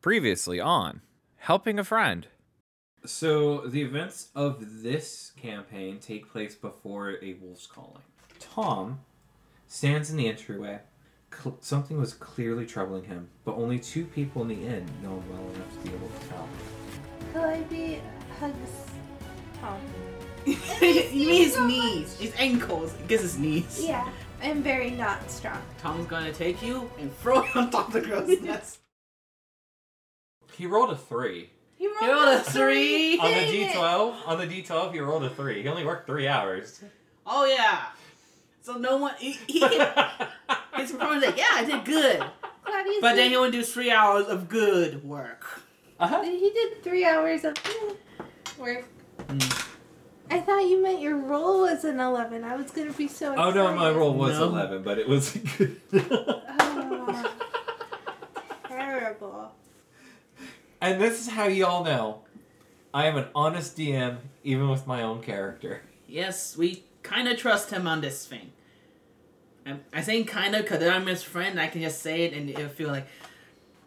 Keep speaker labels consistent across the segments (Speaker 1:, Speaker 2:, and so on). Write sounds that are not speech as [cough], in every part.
Speaker 1: Previously on Helping a Friend.
Speaker 2: So the events of this campaign take place before a wolf's calling. Tom stands in the entryway. Cl- something was clearly troubling him, but only two people in the inn know him well enough to be able to tell.
Speaker 3: Calliope hugs Tom.
Speaker 4: [laughs] you mean his knees, his ankles. I guess his knees.
Speaker 3: Yeah, I'm very not strong.
Speaker 4: Tom's gonna take you [laughs] and throw you on top of the [laughs] girl's nest.
Speaker 2: He rolled a three
Speaker 3: He rolled,
Speaker 4: rolled a three.
Speaker 2: on the
Speaker 3: Dang
Speaker 2: D
Speaker 3: it.
Speaker 2: twelve. On the D twelve, he rolled a three. He only worked three
Speaker 3: [laughs]
Speaker 2: hours. [laughs]
Speaker 4: Oh yeah. So no one. He, he, [laughs]
Speaker 2: Uh-huh.
Speaker 4: his performance like, yeah, I did good.
Speaker 3: Claudius
Speaker 4: But
Speaker 3: did-
Speaker 4: then he only do three hours of good work.
Speaker 2: Uh-huh.
Speaker 3: he did three hours of eh, work.
Speaker 2: Hmm.
Speaker 4: Mm.
Speaker 3: I thought you meant your roll was an 11. I was gonna be so
Speaker 2: Oh no, my
Speaker 3: excited.
Speaker 2: roll was
Speaker 4: No.
Speaker 2: eleven, but it was [laughs] good.
Speaker 3: Oh, terrible.
Speaker 2: and this is how y'all know I am an honest DM, even with my own character.
Speaker 4: Yes, we kind of trust him on this thing. I'm, I'm saying kind of because I'm his friend. I can just say it and it'll feel like,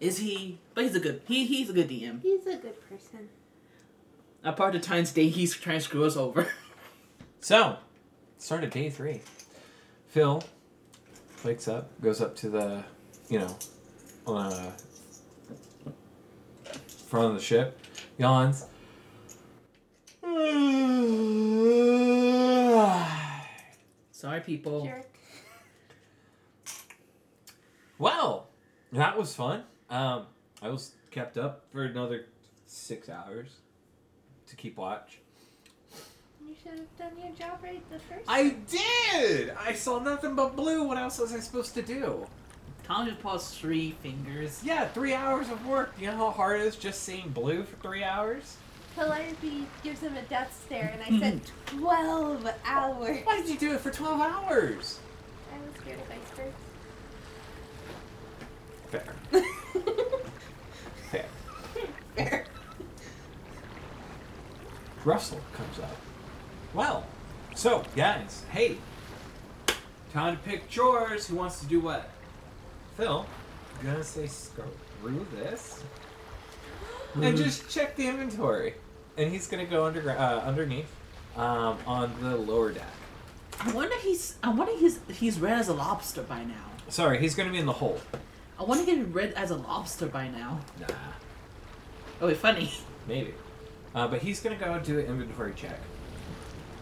Speaker 4: is he? But he's a good. He he's a good DM.
Speaker 3: He's a good person.
Speaker 4: Apart the times day he's trying to screw us over. [laughs]
Speaker 2: So, start of day three. Phil wakes up, goes up to the, you know, uh, front of the ship, yawns. [sighs]
Speaker 4: Sorry,
Speaker 2: Oh.
Speaker 4: people.
Speaker 3: Jerk.
Speaker 2: Well, that was fun. Um, I was kept up for another six hours to keep watch.
Speaker 3: You should have done your job right the first.
Speaker 2: I did! I saw nothing but blue. What else was I supposed to do?
Speaker 4: Tom just paused three fingers.
Speaker 2: Yeah, three hours of work. You know how hard it is just seeing blue for three hours?
Speaker 3: Calliope gives him a death stare, and
Speaker 2: Hmm.
Speaker 3: I said 12 hours.
Speaker 2: Why did you do it for 12 hours?
Speaker 3: I was scared of icebergs.
Speaker 2: Fair. [laughs] Fair.
Speaker 3: Fair.
Speaker 2: Russell comes up. Well, so, guys, hey. Time to pick chores. Who wants to do what? Phil, I'm gonna say go through this and just check the inventory. And he's gonna go under, uh, underneath um, on the lower deck.
Speaker 4: I wonder he's. I wonder he's. He's red as a lobster by now.
Speaker 2: Sorry, he's gonna be in the hole.
Speaker 4: I wonder he's red as a lobster by now.
Speaker 2: Nah,
Speaker 4: Oh, wait, funny.
Speaker 2: maybe. Uh, but he's gonna go do an inventory check.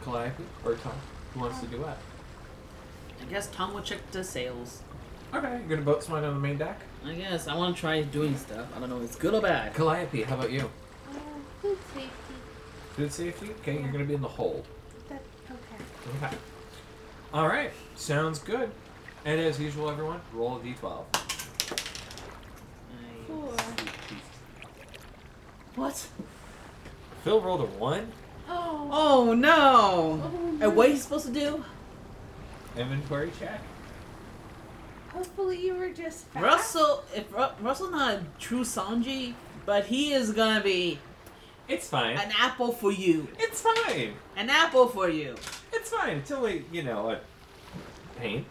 Speaker 2: Calliope or Tom, who wants to do what?
Speaker 4: I guess Tom will check the sales.
Speaker 2: Okay, you're gonna boat slide on the main deck.
Speaker 4: I guess I want to try doing stuff. I don't know. if It's good or bad.
Speaker 2: Calliope, how about you?
Speaker 3: Uh, food safety.
Speaker 2: Food safety? Okay, you're gonna be in the hold.
Speaker 3: That, okay.
Speaker 2: Okay. Alright, sounds good. And as usual, everyone, roll a d12.
Speaker 4: I-
Speaker 3: Four.
Speaker 4: What?
Speaker 2: Phil rolled a 1.
Speaker 3: Oh.
Speaker 4: Oh no!
Speaker 3: Oh,
Speaker 4: And what he's supposed to do?
Speaker 2: Inventory check.
Speaker 3: Hopefully you were just fat.
Speaker 4: Russell. If Ru- Russell's not a true Sanji, but he is gonna be
Speaker 2: It's fine.
Speaker 4: an apple for you.
Speaker 2: It's fine.
Speaker 4: An apple for you.
Speaker 2: It's fine. It's only, you know, a pain.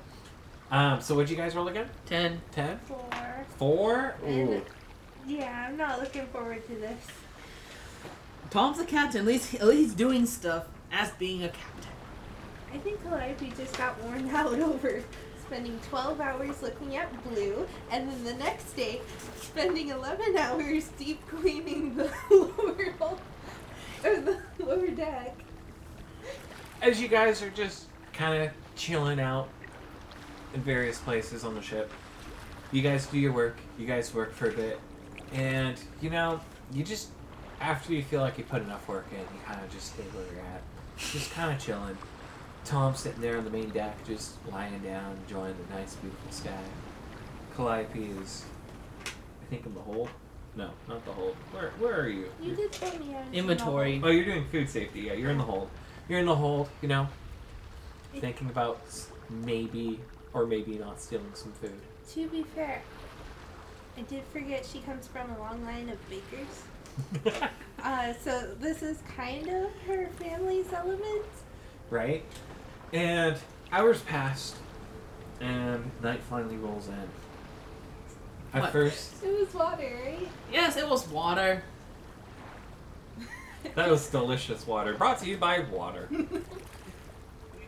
Speaker 2: Um, so what'd you guys roll again?
Speaker 4: Ten.
Speaker 2: 10?
Speaker 3: Four.
Speaker 2: 4? Ooh.
Speaker 3: And, yeah, I'm not looking forward to this.
Speaker 4: Tom's the captain. At least, at least he's doing stuff as being a captain.
Speaker 3: I think Calliope just got worn [laughs] out over spending 12 hours looking at blue, and then the next day spending 11 hours deep cleaning the [laughs] lower hole, or the lower deck.
Speaker 2: as you guys are just kind of chilling out in various places on the ship, you guys do your work. You guys work for a bit, and you know, you just after you feel like you put enough work in, you kind of just stay where you're at, just kind of chilling. Tom's sitting there on the main deck, just lying down, enjoying the nice, beautiful sky. Calliope is, I think, in the hole. No, not the hole. Where, where are you?
Speaker 3: You did tell me I was
Speaker 4: Inventory.
Speaker 2: Oh, you're doing food safety. Yeah, you're in the hold. You're in the hold, you know,
Speaker 3: It-
Speaker 2: thinking about s- maybe or maybe not stealing some food.
Speaker 3: [laughs] To be fair, I did forget she comes from a long line of bakers. Uh, so this is kind of her family's element.
Speaker 2: right? And hours pass, and night finally rolls in. At
Speaker 4: What?
Speaker 2: first,
Speaker 4: [laughs]
Speaker 3: It was water, right?
Speaker 4: Yes, it was water.
Speaker 2: That was delicious water. Brought to you by water.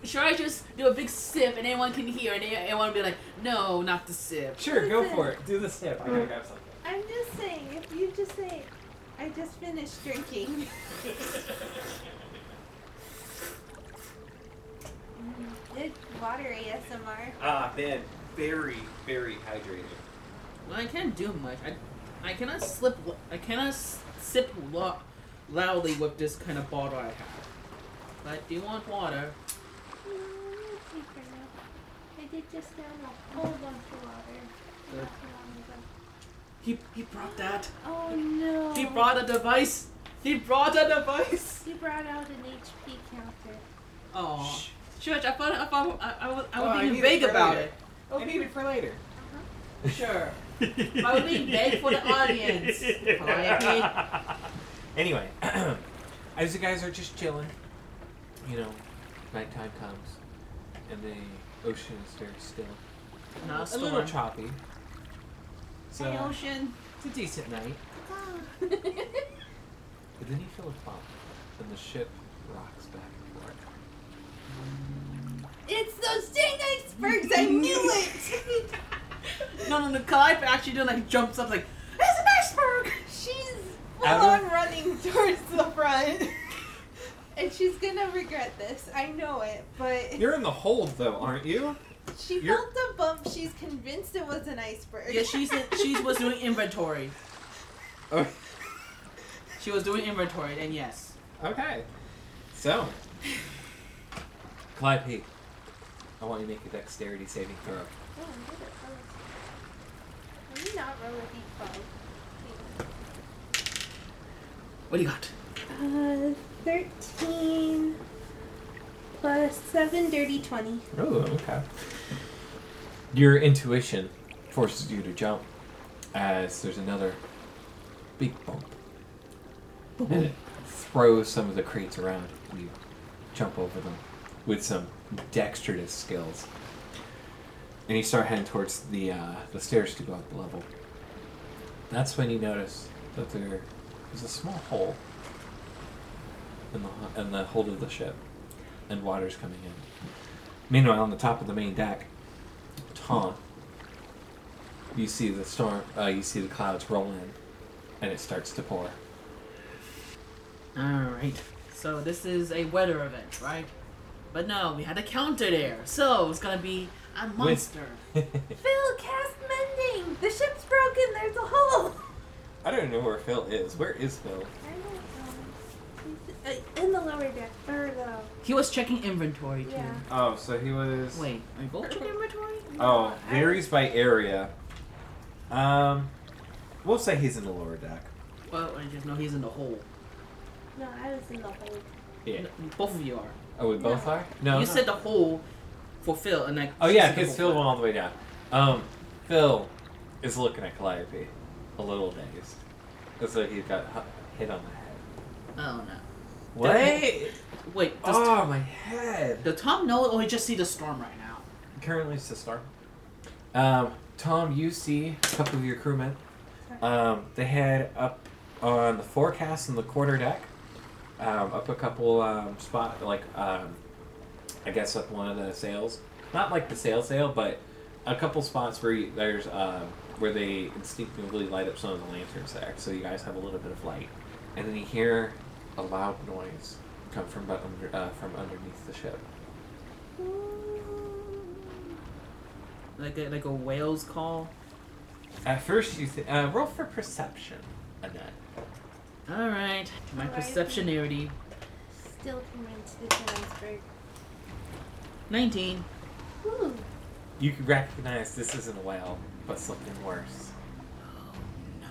Speaker 4: Should I just do a big sip and anyone can hear and everyone will be like, no, not the sip.
Speaker 2: Sure, go for it. Do the sip. I gotta grab something.
Speaker 3: [laughs] I'm just saying, if you just say, I just finished drinking. [laughs] Good water ASMR.
Speaker 2: Ah, man. Very, very hydrated.
Speaker 4: Well, I can't do much. I, I cannot slip. I cannot s- sip lo- loudly with this kind of bottle I have. But I do want water.
Speaker 3: Mm, let's see for now. I did just down a whole bunch of water. Not too
Speaker 4: He he brought that.
Speaker 3: long ago. Oh no.
Speaker 4: He brought a device. He brought a device.
Speaker 3: He brought out an HP counter.
Speaker 4: Oh, Church, I thought I thought I, I, was- I was
Speaker 2: Oh, I
Speaker 4: being
Speaker 2: need it
Speaker 4: vague
Speaker 2: for
Speaker 4: about
Speaker 2: later.
Speaker 4: it.
Speaker 2: I need it for later.
Speaker 4: [laughs] Sure.
Speaker 2: I
Speaker 4: would be bad for the audience, Calliope.
Speaker 2: [laughs] anyway, [clears throat] as you guys are just chilling, you know, nighttime comes, and the ocean is very still.
Speaker 4: Not a
Speaker 2: A little
Speaker 4: storm.
Speaker 2: choppy. So
Speaker 4: Hey, ocean.
Speaker 2: it's a decent night. But then you feel a bump, and the ship rocks back and forth.
Speaker 3: [laughs] it's those dang icebergs! I knew it! [laughs]
Speaker 4: No, no, no. Calliope actually doing like jumps up like it's an iceberg.
Speaker 3: She's full
Speaker 2: Out of-
Speaker 3: on running towards the front. [laughs] and she's gonna regret this. I know it, but
Speaker 2: You're in the hold, though, aren't
Speaker 4: [laughs]
Speaker 2: you?
Speaker 3: she
Speaker 2: you're-
Speaker 3: felt the bump. She's convinced it was an iceberg.
Speaker 4: Yeah,
Speaker 3: [laughs]
Speaker 4: she said she was doing inventory.
Speaker 2: Oh,
Speaker 4: She was doing inventory, and yes.
Speaker 2: okay. So, Clyde P, I want you to make a dexterity saving throw.
Speaker 3: Oh, I did it first. Let me not roll a
Speaker 4: What do you got?
Speaker 3: d12. Uh, 13 plus 7 dirty 20.
Speaker 2: Oh, okay. Your intuition forces you to jump as there's another big bump. And it throws some of the crates around. and You jump over them with some dexterous skills. And you start heading towards the uh, the stairs to go up the level. That's when you notice that there is a small hole in the, in the hold of the ship, and water's coming in. Meanwhile, on the top of the main deck, Tom, you see the storm, uh, you see the clouds roll in, and it starts to pour. [laughs]
Speaker 4: Alright. So this is a weather event, right? But no, we had a counter there. So it's gonna be a monster.
Speaker 3: Phil, cast mending! The ship's broken, there's a hole! [laughs]
Speaker 2: I don't know where Phil is. Where is Phil?
Speaker 3: I don't know. He's, uh, In the lower deck, or the.
Speaker 4: He was checking inventory too.
Speaker 3: Yeah.
Speaker 2: Oh, so he was.
Speaker 4: Wait, I go check inventory?
Speaker 2: Oh, varies by area. Um, we'll say he's in the lower deck.
Speaker 4: Well, I just know he's in the hole.
Speaker 3: No, I was in the hole.
Speaker 2: Yeah.
Speaker 4: Both of you are.
Speaker 2: Oh, we both
Speaker 3: No.
Speaker 2: are. No.
Speaker 4: you said the hole for Phil, and like.
Speaker 2: Oh yeah,
Speaker 4: she said the
Speaker 2: because Phil
Speaker 4: hole.
Speaker 2: went all the way down. Um, Phil is looking at Calliope, a little dazed, as though he got hu- hit on the head.
Speaker 4: Oh no.
Speaker 2: What?
Speaker 4: Wait. Wait. Does,
Speaker 2: oh, my head.
Speaker 4: does Tom know, or he just see the storm right now?
Speaker 2: Currently, it's the storm. Um, Tom, you see a couple of your crewmen. Um, they head up on the forecast and the quarter deck. Um, up a couple um, spot, like um, I guess up one of the sails. Not like the sail sail, but a couple spots where you, there's um, where they instinctively light up some of the lanterns there, so you guys have a little bit of light. And then you hear a loud noise come from bu- under, uh, from underneath the ship.
Speaker 4: Like a, like a whale's call.
Speaker 2: At first, you th- uh, roll for perception, Annette.
Speaker 4: All right. My
Speaker 3: Alright.
Speaker 4: perceptionarity.
Speaker 3: Still convinced it's an iceberg.
Speaker 4: 19.
Speaker 3: Ooh.
Speaker 2: You can recognize this isn't a whale, but something worse,
Speaker 4: No.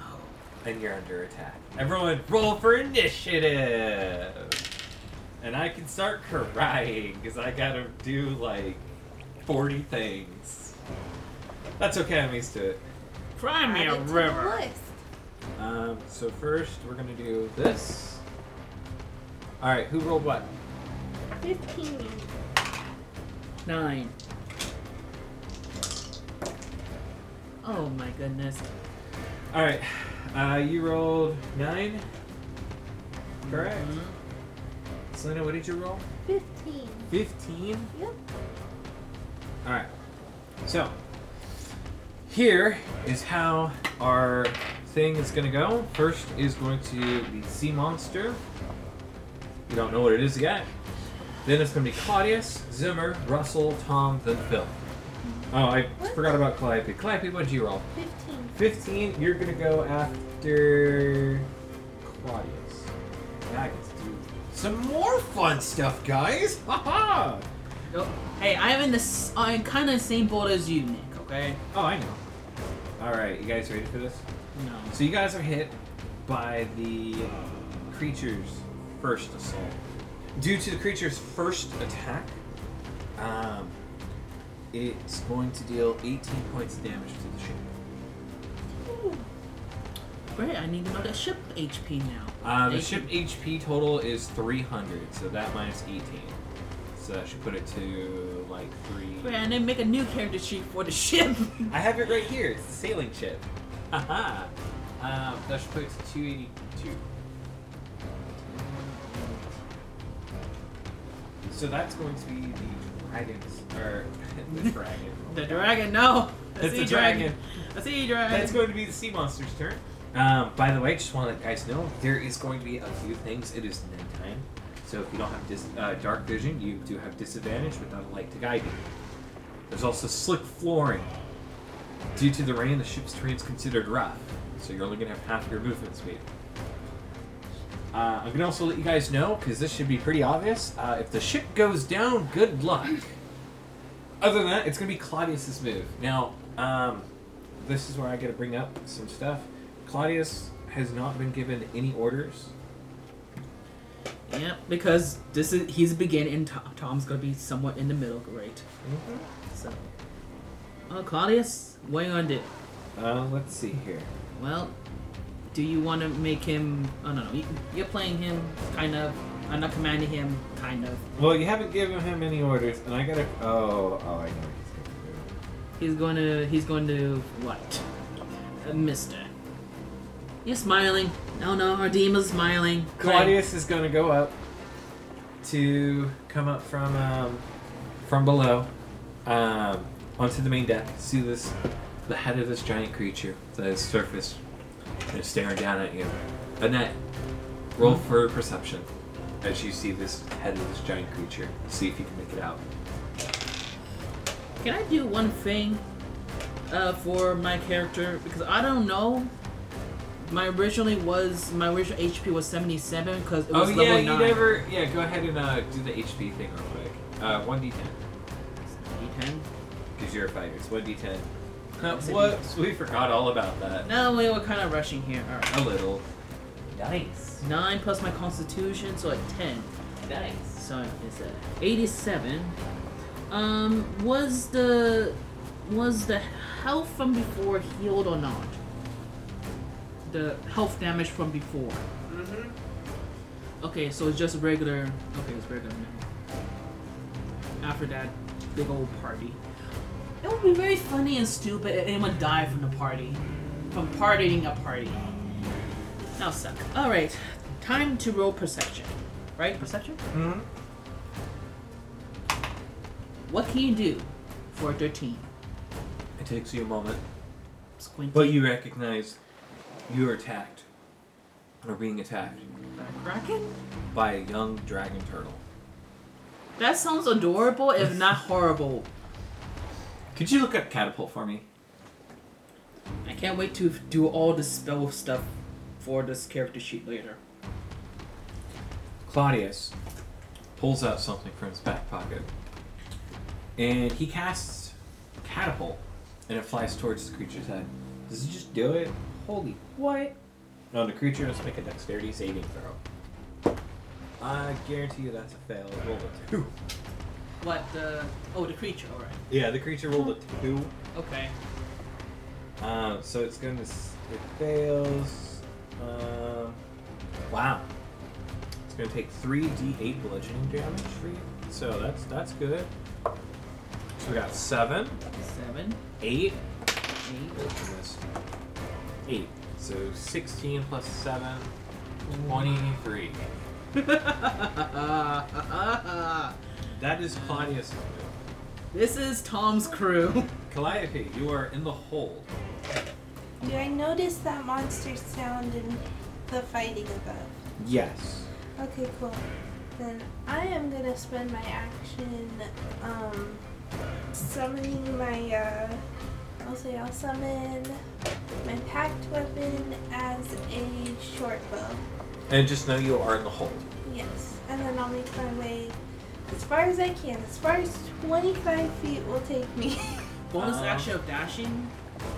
Speaker 2: and you're under attack. Everyone, roll for initiative, and I can start crying because I gotta do like forty things. That's okay, I'm used to it.
Speaker 4: Cry me
Speaker 3: Add
Speaker 4: a
Speaker 3: it to the
Speaker 4: river.
Speaker 3: list.
Speaker 2: Um, so first, we're gonna do this. All right, who rolled what?
Speaker 3: 15.
Speaker 4: Nine. Oh my goodness.
Speaker 2: All right, Uh, you rolled nine. Correct.
Speaker 4: Hmm?
Speaker 2: Selena, what did you roll?
Speaker 3: 15.
Speaker 2: Fifteen.
Speaker 3: Yep.
Speaker 2: All right. So here is how our thing is going to go. First is going to be Sea Monster. We don't know what it is yet. Then it's going to be Claudius, Zimmer, Russell, Tom, then Phil. Oh, I
Speaker 3: What?
Speaker 2: forgot about Calliope. Calliope, what did you roll?
Speaker 3: 15.
Speaker 2: 15, you're gonna go after Claudius. Now I get to do some more fun stuff, guys! Haha!
Speaker 4: Oh, hey, I'm in the s- I'm kind of the same boat as you, Nick. Okay.
Speaker 2: Oh, I know. Alright, you guys ready for this?
Speaker 4: No.
Speaker 2: So, you guys are hit by the creature's first assault. Due to the creature's first attack, um, it's going to deal 18 points of damage to the ship.
Speaker 4: Great. I need another ship HP now.
Speaker 2: Uh, the
Speaker 4: Thank
Speaker 2: ship HP total is 300, so that minus 18. So that should put it to like 3.
Speaker 4: Great. And then make a new character sheet for the ship. [laughs]
Speaker 2: I have it right here. It's the sailing ship. Haha. Um, that should put it to 282. So that's going to be the dragons. Or [laughs] the dragon.
Speaker 4: the dragon. No. I
Speaker 2: It's
Speaker 4: see
Speaker 2: the dragon.
Speaker 4: I see dragon.
Speaker 2: That's going to be the sea monster's turn. Um, by the way, just want to let you guys know there is going to be a few things. It is nighttime, so if you don't have dis- uh, dark vision, you do have disadvantage without a light to guide you. There's also slick flooring. Due to the rain, the ship's terrain is considered rough, so you're only going to have half your movement speed. Uh, I'm going to also let you guys know, because this should be pretty obvious. Uh, if the ship goes down, good luck. Other than that, it's going to be Claudius's move. Now, um, this is where I got to bring up some stuff. Claudius has not been given any orders.
Speaker 4: Yeah, because this is he's beginning, and Tom, Tom's gonna be somewhat in the middle. Great.
Speaker 2: Mm-hmm.
Speaker 4: So, oh, Claudius, what are you gonna do?
Speaker 2: Uh, let's see here.
Speaker 4: Well, do you want to make him? Oh no, no, you, you're playing him, kind of. I'm not commanding him, kind of.
Speaker 2: Well, you haven't given him any orders, and I gotta. Oh, oh, I know what he's
Speaker 4: He's going to. He's going to what? Uh, Mister. You're smiling. No, no, our demon's smiling.
Speaker 2: gonna do. Claudius is gonna go up to come up from um, from below um, onto the main deck. See this, the head of this giant creature that has surfaced and is staring down at you. Annette, roll
Speaker 4: Hmm.
Speaker 2: for perception as you see this head of this giant creature. See if you can make it out.
Speaker 4: Great. Can I do one thing uh, for my character because I don't know. My originally was my original HP was 77 because it
Speaker 2: Oh
Speaker 4: was level
Speaker 2: yeah, you
Speaker 4: nine.
Speaker 2: never. Yeah, go ahead and uh, do the HP thing real quick. Uh, one d10
Speaker 4: D10.
Speaker 2: because you're a fighter. It's one d10.
Speaker 4: Is it-
Speaker 2: Whoops, [laughs] we forgot all about that.
Speaker 4: No, we were kind of rushing here. All right.
Speaker 2: A little. Nice.
Speaker 4: Nine plus my Constitution, so at ten.
Speaker 2: Nice.
Speaker 4: So it's at eighty-seven. Um, was the was the health from before healed or not? The health damage from before. Mm-hmm. Okay, so it's just regular. Okay, it's regular now. After that big old party, it would be very funny and stupid if anyone died from the party, from partying a party. That'll suck. All right, time to roll perception. Right, perception.
Speaker 2: hmm
Speaker 4: What can you do for a 13?
Speaker 2: It takes you a moment,
Speaker 4: Squint.
Speaker 2: but you recognize you are attacked or being attacked
Speaker 4: Kraken?
Speaker 2: by a young dragon turtle.
Speaker 4: That sounds adorable,
Speaker 2: [laughs]
Speaker 4: if not horrible.
Speaker 2: Could you look up catapult for me?
Speaker 4: I can't wait to do all the spell stuff for this character sheet later.
Speaker 2: Claudius pulls out something from his back pocket. And he casts catapult and it flies towards the creature's head. Does it just do it? Holy what? No, the creature must make a dexterity saving throw. I guarantee you that's a fail. It rolled a two.
Speaker 4: What the. Oh, the creature, alright.
Speaker 2: Yeah, the creature rolled a two.
Speaker 4: Okay.
Speaker 2: Um, so it's going to s- it fails. Um, wow, it's going to take three d8 bludgeoning damage for you. So that's that's good. So we got seven,
Speaker 4: Seven,
Speaker 2: eight.
Speaker 4: eight,
Speaker 2: Oh, goodness. Eight. So 16 plus 7, 23.
Speaker 4: [laughs] Uh,
Speaker 2: That is Claudius.
Speaker 4: this is Tom's crew.
Speaker 2: Calliope, you are in the hole.
Speaker 3: Do I notice that monster sound in the fighting above?
Speaker 2: Yes.
Speaker 3: Okay, cool. Then I am gonna spend my action um, summoning my. Uh, I'll say I'll summon my packed weapon as a short bow.
Speaker 2: And just know you are in the hole.
Speaker 3: Yes, and then I'll make my way as far as I can. As far as 25 feet will take me. [laughs]
Speaker 4: Bonus
Speaker 2: Um,
Speaker 4: action of dashing.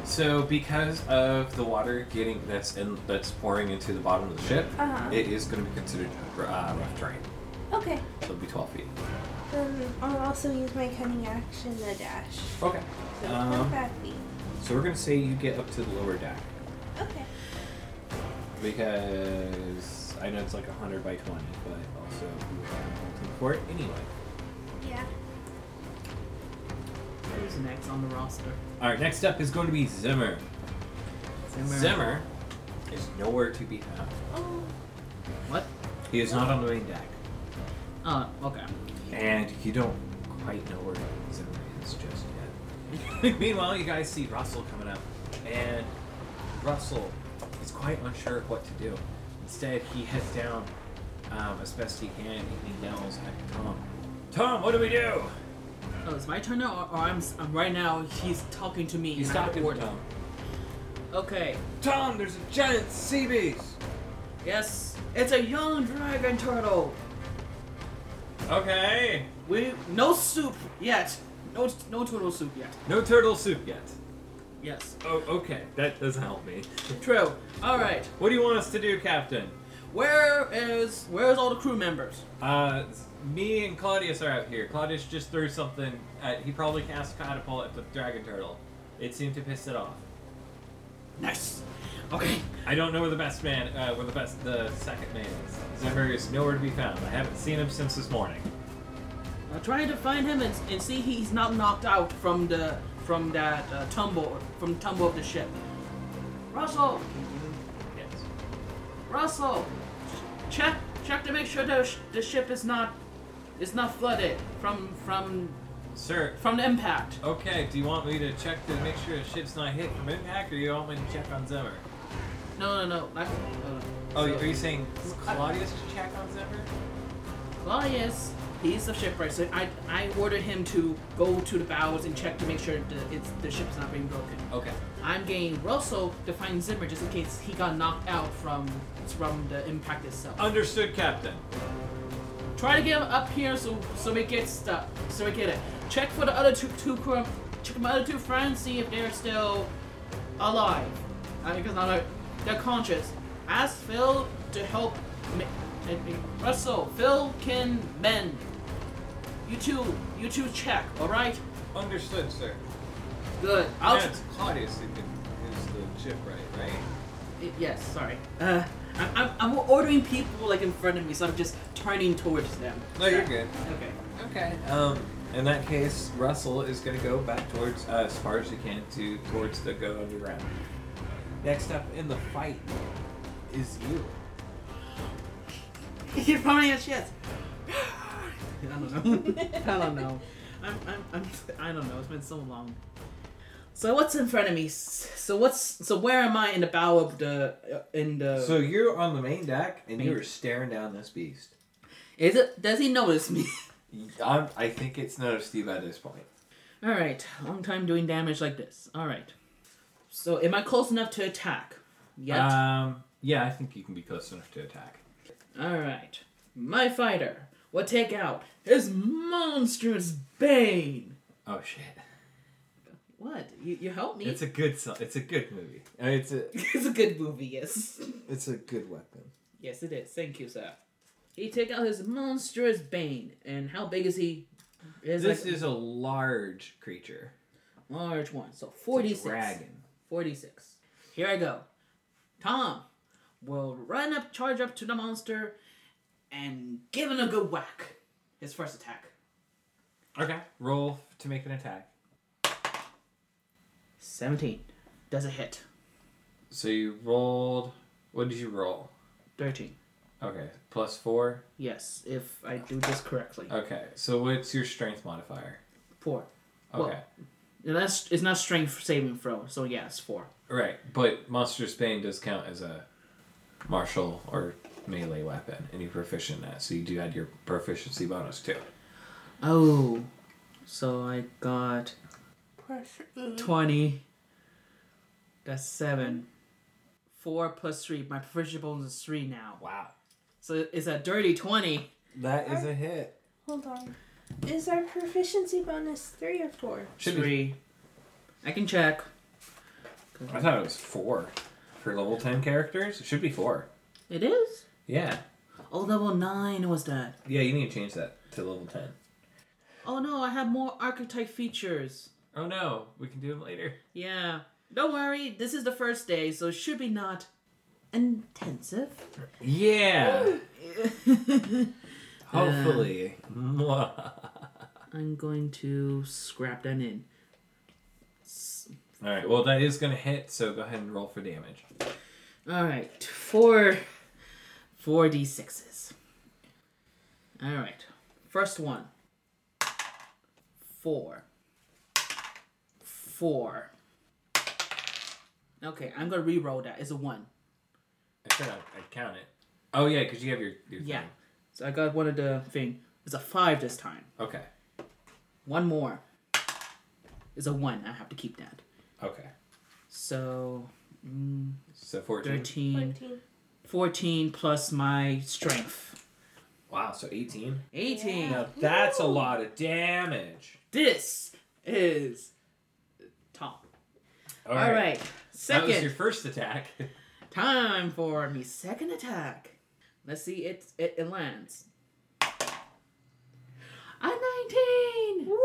Speaker 2: So because of the water getting that's in that's pouring into the bottom of the ship,
Speaker 3: Uh-huh.
Speaker 2: it is going to be considered uh, rough terrain.
Speaker 3: okay,
Speaker 2: So it'll be 12 feet.
Speaker 3: then I'll also use my cunning action to dash.
Speaker 2: Okay.
Speaker 3: So
Speaker 2: Uh-huh.
Speaker 3: 25 feet.
Speaker 2: So we're going to say you get up to the lower deck
Speaker 3: Okay.
Speaker 2: because I know it's like 100 by 20, but also you have bolting for it anyway.
Speaker 3: Yeah.
Speaker 4: Who's next on the roster?
Speaker 2: All right. Next up is going to be Zimmer. Zimmer, is nowhere to be found.
Speaker 3: Oh,
Speaker 4: What?
Speaker 2: He is not on the main deck.
Speaker 4: Uh, okay.
Speaker 2: And you don't quite know where Zimmer is just yet. [laughs] Meanwhile, you guys see Russell coming up, and Russell is quite unsure of what to do. Instead, he heads down um, as best he can, and he yells at Tom. Tom, what do we do?
Speaker 4: Oh, it's my turn now, or, or I'm, s- I'm right now. He's talking to me.
Speaker 2: He's
Speaker 4: and I'm
Speaker 2: talking to
Speaker 4: bored.
Speaker 2: Tom.
Speaker 4: Okay.
Speaker 2: Tom, there's a giant sea beast.
Speaker 4: Yes, it's a young dragon turtle.
Speaker 2: Okay.
Speaker 4: We no soup yet. No no turtle soup yet.
Speaker 2: No turtle soup yet.
Speaker 4: Yes.
Speaker 2: Oh, okay. That doesn't help me.
Speaker 4: True. All right.
Speaker 2: What do you want us to do, Captain?
Speaker 4: Where is where's all the crew members?
Speaker 2: Uh, me and Claudius are out here. Claudius just threw something. At, he probably cast catapult at the dragon turtle. It seemed to piss it off.
Speaker 4: Nice. Okay.
Speaker 2: I don't know where the best man, uh, where the best, the second man is. Zimmer is nowhere to be found. I haven't seen him since this morning.
Speaker 4: I'm trying to find him and, and see he's not knocked out from the from that uh, tumble from tumble of the ship. Russell,
Speaker 2: Yes.
Speaker 4: Russell, check check to make sure the, sh- the ship is not is not flooded from from
Speaker 2: Sir.
Speaker 4: from the impact.
Speaker 2: Okay. Do you want me to check to make sure the ship's not hit from impact, or you want me to check on Zimmer?
Speaker 4: No no no. Not, uh,
Speaker 2: Oh,
Speaker 4: so-
Speaker 2: are you saying Claudius to check on Zimmer?
Speaker 4: Well, yes, he's the shipwright. So I, I ordered him to go to the bows and check to make sure the, it's, the ship's not being broken.
Speaker 2: Okay.
Speaker 4: I'm getting Russell to find Zimmer just in case he got knocked out from from the impact itself.
Speaker 2: Oh, Understood, Captain.
Speaker 4: Try to get him up here so so we get stuff. So we get it. Check for the other two two crew- check my other two friends. See if they're still alive. I think it's not like they're conscious. Ask Phil to help. Me, Russell, Phil can mend. You two, you two check. All right.
Speaker 2: Understood, sir.
Speaker 4: Good. I'll.
Speaker 2: That's Claudius who can- who's the shipwright, right?
Speaker 4: Yes. Sorry. Uh, I'm, I'm, I'm ordering people like in front of me, so I'm just turning towards them.
Speaker 2: No, you're good.
Speaker 4: Okay.
Speaker 2: Okay. Um, in that case, Russell is going to go back towards uh, as far as he can to towards the go underground. Next up in the fight is you.
Speaker 4: [laughs] You're probably a shit. I don't know. I don't know. [laughs] I'm, I'm, I'm, I don't know. It's been so long. So what's in front of me? S- So what's so where am I in the bow of the uh, in the?
Speaker 2: So you're on the main deck and
Speaker 4: Main-
Speaker 2: you're staring down this beast.
Speaker 4: is it? Does he notice me? [laughs]
Speaker 2: I'm, I think it's noticed you by this point.
Speaker 4: All right, long time doing damage like this. All right. So am I close enough to attack? Yet.
Speaker 2: Um, yeah, I think you can be close enough to attack.
Speaker 4: All right. My fighter will take out his monstrous bane.
Speaker 2: Oh shit!
Speaker 4: What? You, you help me?
Speaker 2: It's a good so- it's a good movie. I mean, it's a
Speaker 4: [laughs] it's a good movie. Yes.
Speaker 2: it's a good weapon.
Speaker 4: Yes, it is. Thank you, sir. He take out his monstrous bane, and how big is he? Is
Speaker 2: This
Speaker 4: like
Speaker 2: is a large creature.
Speaker 4: a large one. So
Speaker 2: It's a
Speaker 4: forty six.
Speaker 2: Dragon.
Speaker 4: Forty six. Here I go. Tom will run up, charge up to the monster, and give it a good whack. His first attack.
Speaker 2: Okay. Roll to make an attack.
Speaker 4: Seventeen. Does a hit?
Speaker 2: So you rolled. What did you roll?
Speaker 4: 13.
Speaker 2: Okay, plus four.
Speaker 4: Yes, if I do this correctly.
Speaker 2: Okay, so what's your strength modifier?
Speaker 4: 4. Well-
Speaker 2: Okay,
Speaker 4: Yeah, That's it's not strength saving throw, so yeah, it's 4.
Speaker 2: right, but Monstrous Bane does count as a martial or melee weapon, and you're proficient in that, so you do add your proficiency bonus too.
Speaker 4: Oh. So I got 20. That's 7. 4 plus 3. My proficiency bonus is 3 now.
Speaker 2: Wow,
Speaker 4: So it's a dirty 20.
Speaker 2: that is a hit.
Speaker 3: Hold on. Is our proficiency bonus three or four?
Speaker 2: Should be-
Speaker 4: 3. I can check.
Speaker 2: I thought it was four for level ten characters. It should be four.
Speaker 4: It is?
Speaker 2: Yeah,
Speaker 4: Oh, level 9 was that.
Speaker 2: yeah, you need to change that to level ten.
Speaker 4: Oh no, I have more archetype features.
Speaker 2: Oh no, we can do them later.
Speaker 4: Yeah. Don't worry, this is the first day, so it should be not intensive. [laughs]
Speaker 2: Yeah, hopefully. Mwah.
Speaker 4: I'm going to scrap that in. S-
Speaker 2: All right. Well, that is gonna hit. So go ahead and roll for damage.
Speaker 4: All right, four, four d sixes. All right, first one. Four. Four. Okay, I'm gonna re-roll that. It's a one.
Speaker 2: I said I- I'd count it. Oh yeah, because you have your, your
Speaker 4: Yeah.
Speaker 2: thing.
Speaker 4: So I got one of the thing. It's a five this time.
Speaker 2: Okay.
Speaker 4: One more. It's a one. I have to keep that.
Speaker 2: Okay.
Speaker 4: So mm,
Speaker 2: So fourteen.
Speaker 4: 13,
Speaker 3: Fourteen.
Speaker 4: 14 plus my strength.
Speaker 2: Wow. So eighteen.
Speaker 4: 18.
Speaker 2: Now that's a lot of damage.
Speaker 4: This is top.
Speaker 2: All
Speaker 4: All right.
Speaker 2: That
Speaker 4: Second
Speaker 2: was your first attack. [laughs]
Speaker 4: time for me second attack. Let's see it it, it lands. A 19.
Speaker 3: Woo!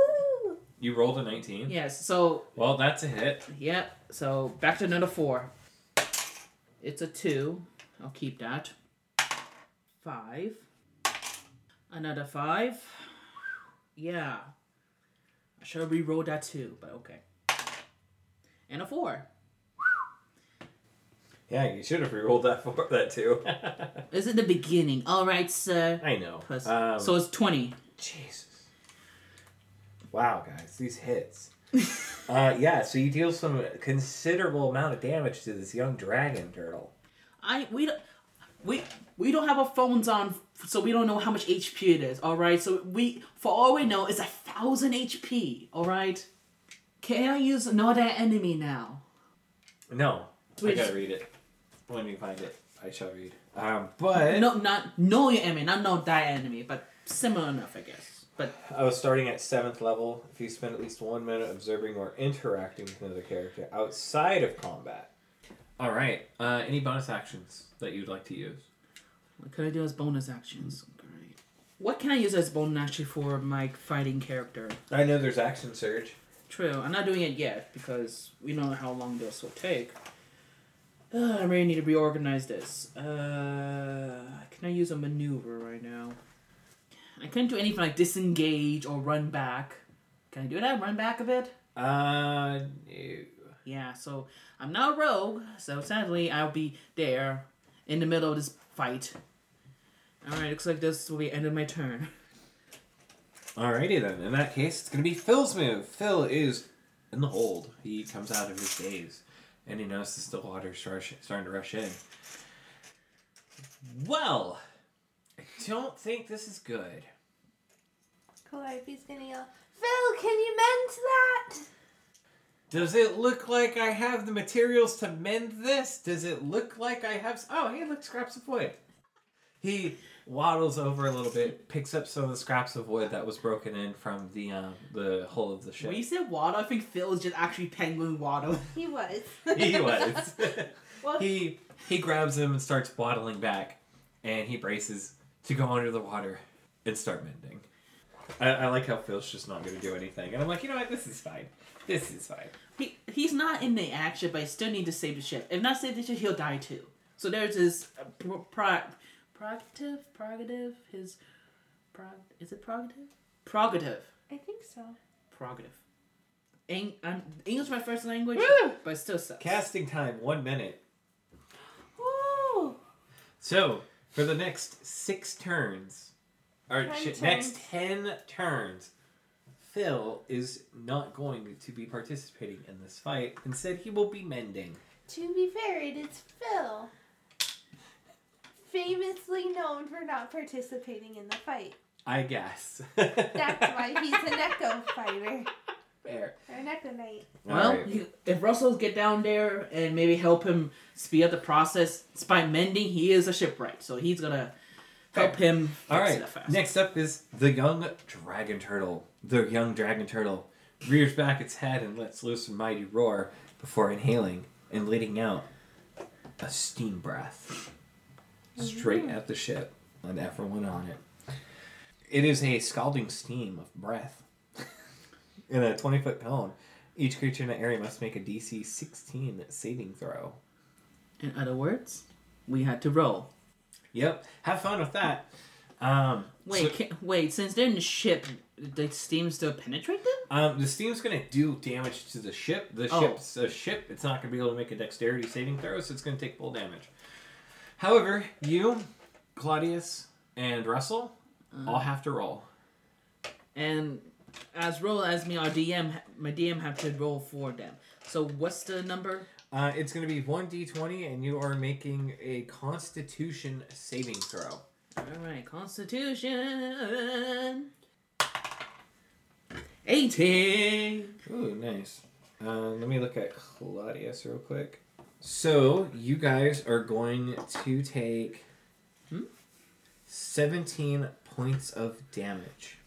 Speaker 2: You rolled a nineteen.
Speaker 4: Yes. So,
Speaker 2: Well, that's a hit.
Speaker 4: yep. So, back to another 4. It's a 2. I'll keep that. 5. Another 5. Yeah. I should re-roll that too, but okay. And a 4.
Speaker 2: Yeah, you should have re-rolled that for that too.
Speaker 4: This is the beginning. All right, sir.
Speaker 2: [laughs] I know.
Speaker 4: Plus-
Speaker 2: Um,
Speaker 4: so it's 20.
Speaker 2: Jesus. Wow, guys, these hits. uh, yeah, so you deal some considerable amount of damage to this young dragon turtle.
Speaker 4: I we don't we we don't have our phones on, so we don't know how much HP it is. All right, so we for all we know, it's a thousand HP. All right, can I use another enemy now?
Speaker 2: No,
Speaker 4: Which-
Speaker 2: I gotta read it. When you find it, I shall read. Um, but
Speaker 4: No, not no your enemy, not no that enemy, but similar enough, I guess. But
Speaker 2: I was starting at seventh level. If you spend at least one minute observing or interacting with another character outside of combat. All right. Uh, any bonus actions that you'd like to use?
Speaker 4: what can I do as bonus actions? Great. What can I use as bonus action for my fighting character?
Speaker 2: I know there's action surge.
Speaker 4: True. I'm not doing it yet because we don't know how long this will take. Uh, I really need to reorganize this. Uh, can I use a maneuver right now? I couldn't do anything like disengage or run back. Can I do that? Run back a bit?
Speaker 2: Uh, no.
Speaker 4: Yeah, so I'm not a rogue, so sadly I'll be there in the middle of this fight. Alright, looks like this will be the end of my turn.
Speaker 2: Alrighty then. In that case, it's gonna be Phil's move. Phil is in the hold. He comes out of his daze, and he notices the water rush, starting to rush in. Well, I don't think this is good.
Speaker 3: Calliope's gonna yell, Phil, can you mend that?
Speaker 2: Does it look like I have the materials to mend this? Does it look like I have? s- Oh, hey, look, scraps of wood. He waddles over a little bit, picks up some of the scraps of wood that was broken in from the um, the hull of the ship.
Speaker 4: When you said water, I think Phil is just actually penguin water.
Speaker 3: He was.
Speaker 2: he was.
Speaker 3: well,
Speaker 2: he he grabs him and starts waddling back, and he braces to go under the water and start mending. I, I like how Phil's just not going to do anything, and I'm like, you know what? This is fine. This is fine.
Speaker 4: He he's not in the action, but he still need to save the ship. If not save the ship, he'll die too. So there's his uh, pro- pro- prerogative, prerogative, his prog is it prerogative? Prerogative,
Speaker 3: [laughs] I think so.
Speaker 4: prerogative. Eng- I'm, English my first language, but it still sucks.
Speaker 2: Casting time one minute. So for the next six turns, or
Speaker 3: Ten
Speaker 2: shit,
Speaker 3: turns.
Speaker 2: next ten turns, Phil is not going to be participating in this fight. Instead, he will be mending.
Speaker 3: To be fair, it is Phil. Famously known for not participating in the fight.
Speaker 2: I guess.
Speaker 3: That's why he's an echo fighter.
Speaker 2: [laughs] Fair.
Speaker 3: Or an echo knight.
Speaker 4: Well,
Speaker 1: Alright.
Speaker 4: you, if Russell's get down there and maybe help him speed up the process it's by mending, he is a shipwright, so he's gonna help him.
Speaker 2: All
Speaker 4: fix
Speaker 2: right.
Speaker 4: it fast.
Speaker 2: Next up is the young dragon turtle. The young dragon turtle rears back its head and lets loose a mighty roar before inhaling and letting out a steam breath straight at the ship and everyone on it. It is a scalding steam of breath [laughs] in a 20 foot cone. Each creature in the area must make a DC 16 saving throw.
Speaker 4: In other words, we had to roll.
Speaker 2: Yep. Have fun with that. Um, so-
Speaker 4: Wait, ca- wait. Since they're in the ship, the steam still penetrate them.
Speaker 2: Um, the steam's gonna do damage to the ship. The
Speaker 4: Oh.
Speaker 2: ship's a ship. It's not gonna be able to make a dexterity saving throw, so it's gonna take full damage. However, you, Claudius, and Russell all have to roll.
Speaker 4: And as roll as me, our DM, ha- my DM have to roll for them. So what's the number?
Speaker 2: Uh, it's gonna be one d20, and you are making a Constitution saving throw.
Speaker 4: All right, Constitution. Eighteen.
Speaker 2: Ooh, nice. Uh, let me look at Claudius real quick. So you guys are going to take Hmm? seventeen points of damage.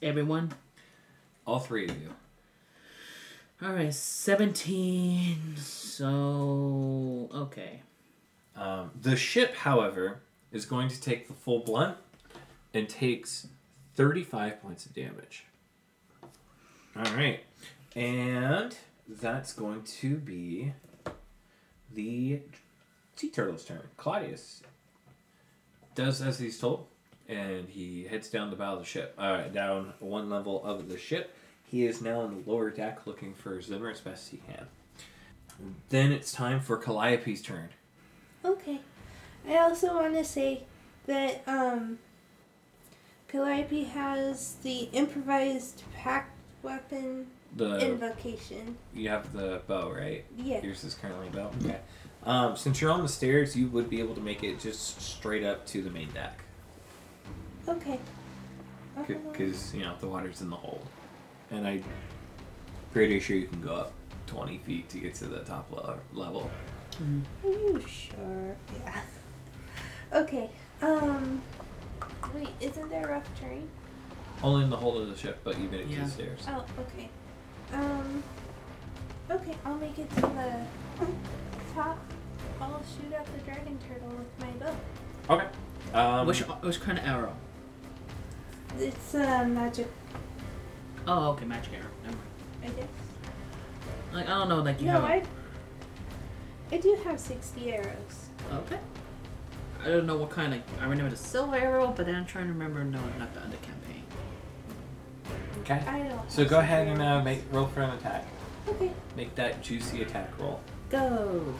Speaker 4: Everyone.
Speaker 2: All three of you.
Speaker 4: All right, 17. So, okay.
Speaker 2: Um, the ship, however, is going to take the full blunt and takes 35 points of damage. All right. And that's going to be the sea turtle's turn. Claudius does as he's told, and he heads down the bow of the ship. All right, down one level of the ship. He is now on the lower deck looking for Zimmer as best he can. Then it's time for Calliope's turn.
Speaker 3: Okay. I also want to say that um, Calliope has the improvised pack weapon
Speaker 2: The
Speaker 3: invocation.
Speaker 2: you have the bow, right?
Speaker 3: Yeah.
Speaker 2: Yours is currently a bow. Okay. Um, since you're on the stairs, you would be able to make it just straight up to the main deck
Speaker 3: Okay. Uh,
Speaker 2: because you know the water's in the hold, and I'm pretty sure you can go up 20 feet to get to the top le- level.
Speaker 3: Are you sure? Yeah. [laughs] Okay. Um. Wait, isn't there rough terrain?
Speaker 2: Only in the hold of the ship, but you made it to
Speaker 4: Yeah.
Speaker 2: the stairs.
Speaker 3: Oh, okay. Um. Okay, I'll make it to the top. I'll shoot at the dragon turtle with my bow.
Speaker 2: Okay. Um,
Speaker 4: which which kind of arrow?
Speaker 3: It's uh, magic,
Speaker 4: Oh, okay, magic arrow. Never mind.
Speaker 3: I guess.
Speaker 4: Like I don't know, like you
Speaker 3: No,
Speaker 4: have.
Speaker 3: I. I do have sixty arrows.
Speaker 4: Okay. I don't know what kind of. I remember the silver arrow, but then I'm trying to remember. No, not the other campaign.
Speaker 2: okay.
Speaker 3: I don't.
Speaker 2: So
Speaker 3: have
Speaker 2: go ahead
Speaker 3: 60
Speaker 2: and uh,
Speaker 3: arrows.
Speaker 2: make roll for an attack.
Speaker 3: Okay.
Speaker 2: Make that juicy attack roll.
Speaker 4: Go.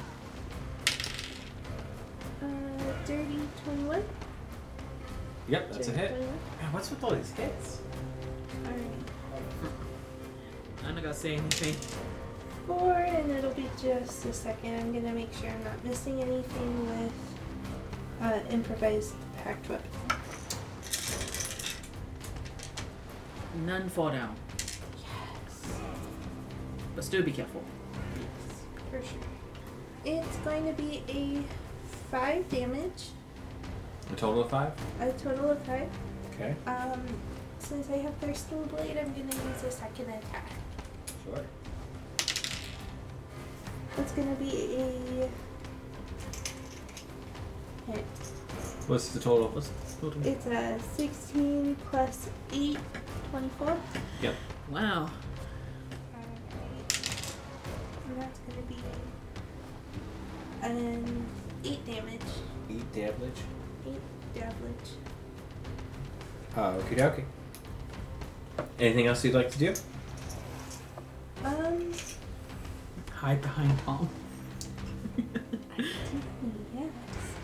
Speaker 3: Uh, dirty twenty-one.
Speaker 2: Yep, that's a
Speaker 3: Dirty
Speaker 2: hit.
Speaker 3: 21.
Speaker 2: Man, what's with all these hits?
Speaker 3: All right.
Speaker 4: I'm not gonna say anything.
Speaker 3: four, and it'll be just a second. I'm gonna make sure I'm not missing anything with uh, improvised packed weapon.
Speaker 4: None fall down,
Speaker 3: Yes,
Speaker 4: but still be careful.
Speaker 3: for sure. It's going to be a five damage,
Speaker 2: A total of five.
Speaker 3: a total of five.
Speaker 2: Okay.
Speaker 3: Um, since I have Thirsting Blade, I'm gonna use a second attack.
Speaker 2: Sure.
Speaker 3: That's gonna be a hit.
Speaker 2: What's the total?
Speaker 4: What's total?
Speaker 3: It's a 16 plus 8, 24.
Speaker 4: Wow.
Speaker 3: Alright. And that's gonna be an eight damage.
Speaker 2: Eight damage.
Speaker 3: Damage.
Speaker 2: Uh, okie dokie. Anything else you'd like to do?
Speaker 3: Um
Speaker 4: [laughs] Hide behind palm.
Speaker 3: yes.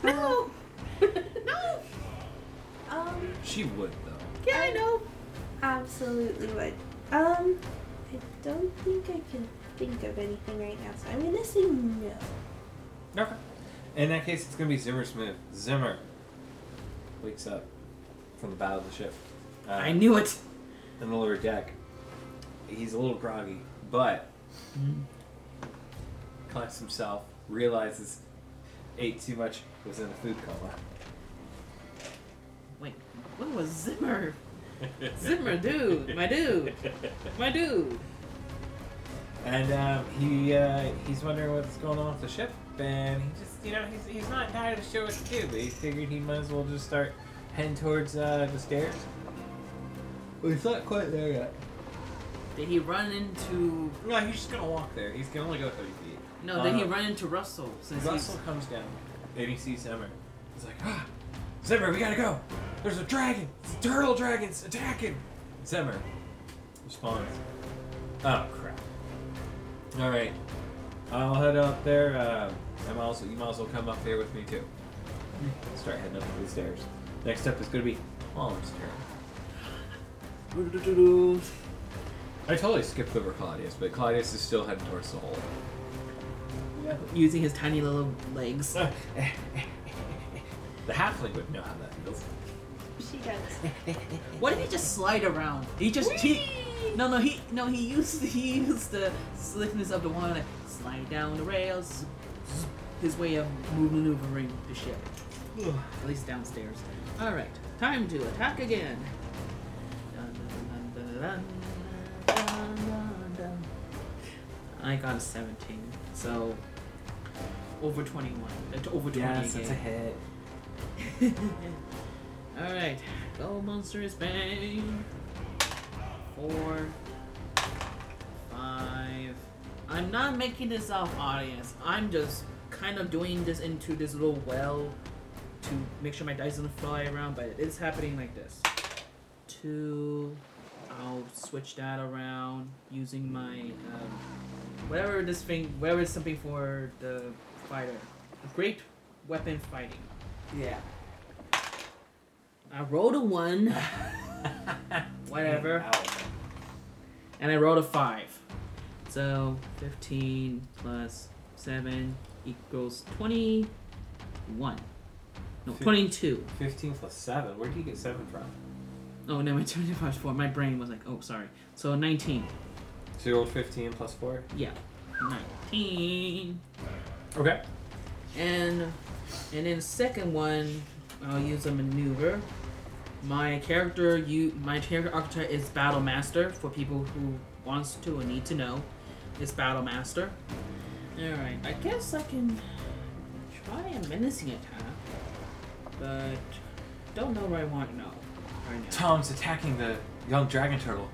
Speaker 3: No.
Speaker 4: [laughs] No.
Speaker 3: um.
Speaker 1: She would though.
Speaker 4: Yeah, I know.
Speaker 3: Absolutely would. Um. I don't think I can think of anything right now, so I'm gonna say no.
Speaker 2: Okay. In that case, it's gonna be Zimmer's move. Zimmer wakes up from the bow of the ship. Uh,
Speaker 4: I knew it.
Speaker 2: in the lower deck. He's a little groggy, but
Speaker 4: Mm.
Speaker 2: collects himself, realizes ate too much, was in a food coma.
Speaker 4: Wait, what was Zimmer? [laughs] Zimmer, dude,
Speaker 2: [laughs]
Speaker 4: my dude, my dude.
Speaker 2: And um, he uh, he's wondering what's going on with the ship, and he just you know he's, he's not entirely sure what to do, but he figured he might as well just start heading towards uh, the stairs. Well, he's not quite there yet.
Speaker 4: Did he run into?
Speaker 2: No, he's just gonna walk there. He's gonna only go thirty feet.
Speaker 4: No, did he
Speaker 2: Uh,
Speaker 4: run into Russell? Since
Speaker 2: Russell comes down, and he sees Zimmer. He's like, ah, Zimmer, we gotta go. There's a dragon. It's a turtle dragon's attacking. Zimmer responds, oh crap. All right, I'll head up there. Um, I might also, you might as well come up there with me too. Start heading up the stairs. Next up is gonna be Holland's turn.
Speaker 4: he's
Speaker 2: I totally skipped over Claudius, but Claudius is still heading towards the hole.
Speaker 4: using his tiny little legs.
Speaker 2: the halfling would know how that feels.
Speaker 3: She does.
Speaker 4: What did he just slide around? He just he, no no he no he used [laughs] he used the slickness of the one like slide down the rails. His way of move- maneuvering the ship, at least downstairs. All right, time to attack again. Dun, dun, dun, dun, dun, dun, dun, dun. I got a seventeen, so over twenty-one. uh, Over twenty again.
Speaker 2: hit.
Speaker 4: [laughs] Alright, go monstrous bang. Four, five. I'm not making this up, audience. I'm just kind of doing this into this little well to make sure my dice do not fly around, but it is happening like this. Two. I'll switch that around using my um, whatever this thing, whatever it's something for the fighter. Great weapon fighting. Yeah. I rolled a one, Whatever. and I rolled a five. So 15 plus 7 equals 21. No,
Speaker 2: Fif-
Speaker 4: 22.
Speaker 2: 15 plus 7. Where did you get 7 from?
Speaker 4: Oh, no, my [laughs] 25 plus 4. My brain was like, oh, sorry. So 19.
Speaker 2: So you rolled 15 plus 4?
Speaker 4: Yeah. 19.
Speaker 2: Okay.
Speaker 4: And and then second one, I'll use a maneuver. My character, you, my character archetype is Battle Master for people who wants to or need to know. It's Battle Master. All right, I guess I can try a menacing attack, but don't know what I want now. Right now.
Speaker 2: Tom's attacking the young dragon turtle.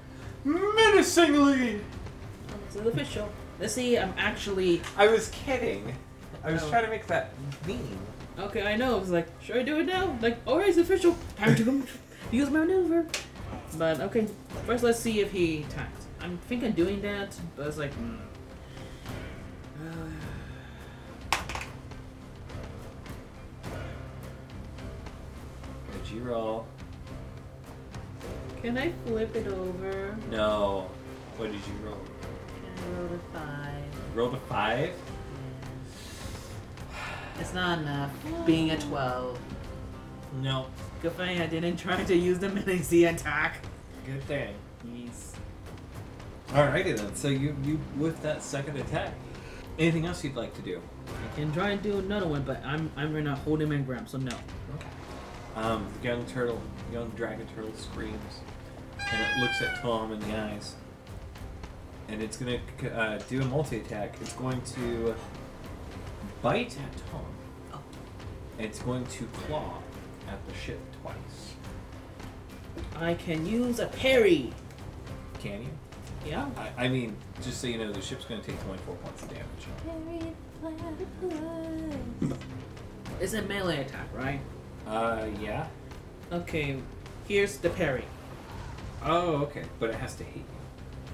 Speaker 2: Menacingly!
Speaker 4: It's official. Let's see. I'm actually
Speaker 2: I was kidding. I was
Speaker 4: Oh.
Speaker 2: trying to make that mean.
Speaker 4: Okay, I know. I was like, should I do it now? Like, alright, it's official. Time to come [laughs] use my maneuver. But okay, first let's see if he attacks. I'm thinking doing that, but it's like, hmm.
Speaker 2: Did you roll?
Speaker 4: can I flip it over?
Speaker 2: No. What did you roll?
Speaker 4: Can I roll a five?
Speaker 2: Roll a 5?
Speaker 4: It's not enough. Being a twelve.
Speaker 2: No.
Speaker 4: Good thing I didn't [laughs] try to use the menacing attack.
Speaker 2: Good thing.
Speaker 4: Jeez.
Speaker 2: Alrighty then. So you, you with that second attack. Anything else you'd like to do?
Speaker 4: I can try and do another one, but I'm I'm right now holding my ground, so no.
Speaker 2: Um, the young turtle, young dragon turtle screams, and it looks at Tom in the eyes, and it's gonna c- uh, do a multi attack. It's going to bite at Tom,
Speaker 4: Oh.
Speaker 2: and it's going to claw at the ship twice.
Speaker 4: I can use a parry.
Speaker 2: Can you?
Speaker 4: Yeah.
Speaker 2: I, I mean, just so you know, the ship's gonna take 24 points of damage.
Speaker 3: Very platypus.
Speaker 4: It's a melee attack, right?
Speaker 2: Uh, yeah.
Speaker 4: Okay, here's the parry.
Speaker 2: Oh, okay. But it has to hit you.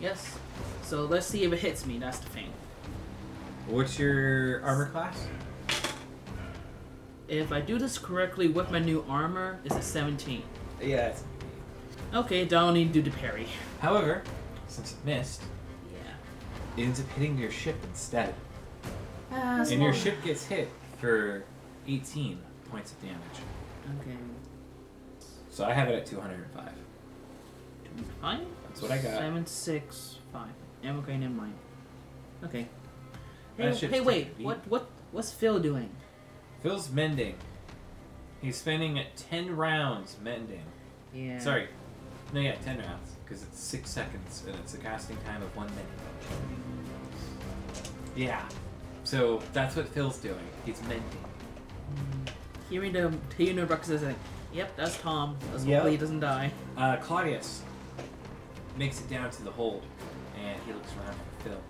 Speaker 4: Yes. So let's see if it hits me. That's the thing.
Speaker 2: What's your armor class?
Speaker 4: If I do this correctly with my new armor, it's a 17.
Speaker 2: Yeah.
Speaker 4: Okay, don't need to do the parry.
Speaker 2: However, since it missed,
Speaker 4: Yeah.
Speaker 2: it ends up hitting your ship instead.
Speaker 4: Ah,
Speaker 2: and your
Speaker 4: small-
Speaker 2: ship gets hit for 18 points of damage.
Speaker 4: Okay.
Speaker 2: So I have it at 205.
Speaker 4: Five?
Speaker 2: That's what I got.
Speaker 4: Seven, six, five. Am okay, never mind. Okay.
Speaker 2: That
Speaker 4: Hey,
Speaker 2: ship's
Speaker 4: hey wait,
Speaker 2: taking a
Speaker 4: what what what's Phil doing?
Speaker 2: Phil's mending. He's spending 10 rounds mending.
Speaker 4: Yeah.
Speaker 2: Sorry. No, yeah, 10 rounds. Because it's 6 seconds and it's a casting time of 1 minute. Yeah. So that's what Phil's doing. He's mending.
Speaker 4: Hearing the Tayuna Ruckus is like, yep, that's Tom. Let's
Speaker 2: Yep.
Speaker 4: hopefully he doesn't die.
Speaker 2: Uh, Claudius makes it down to the hold and he looks around for Phil.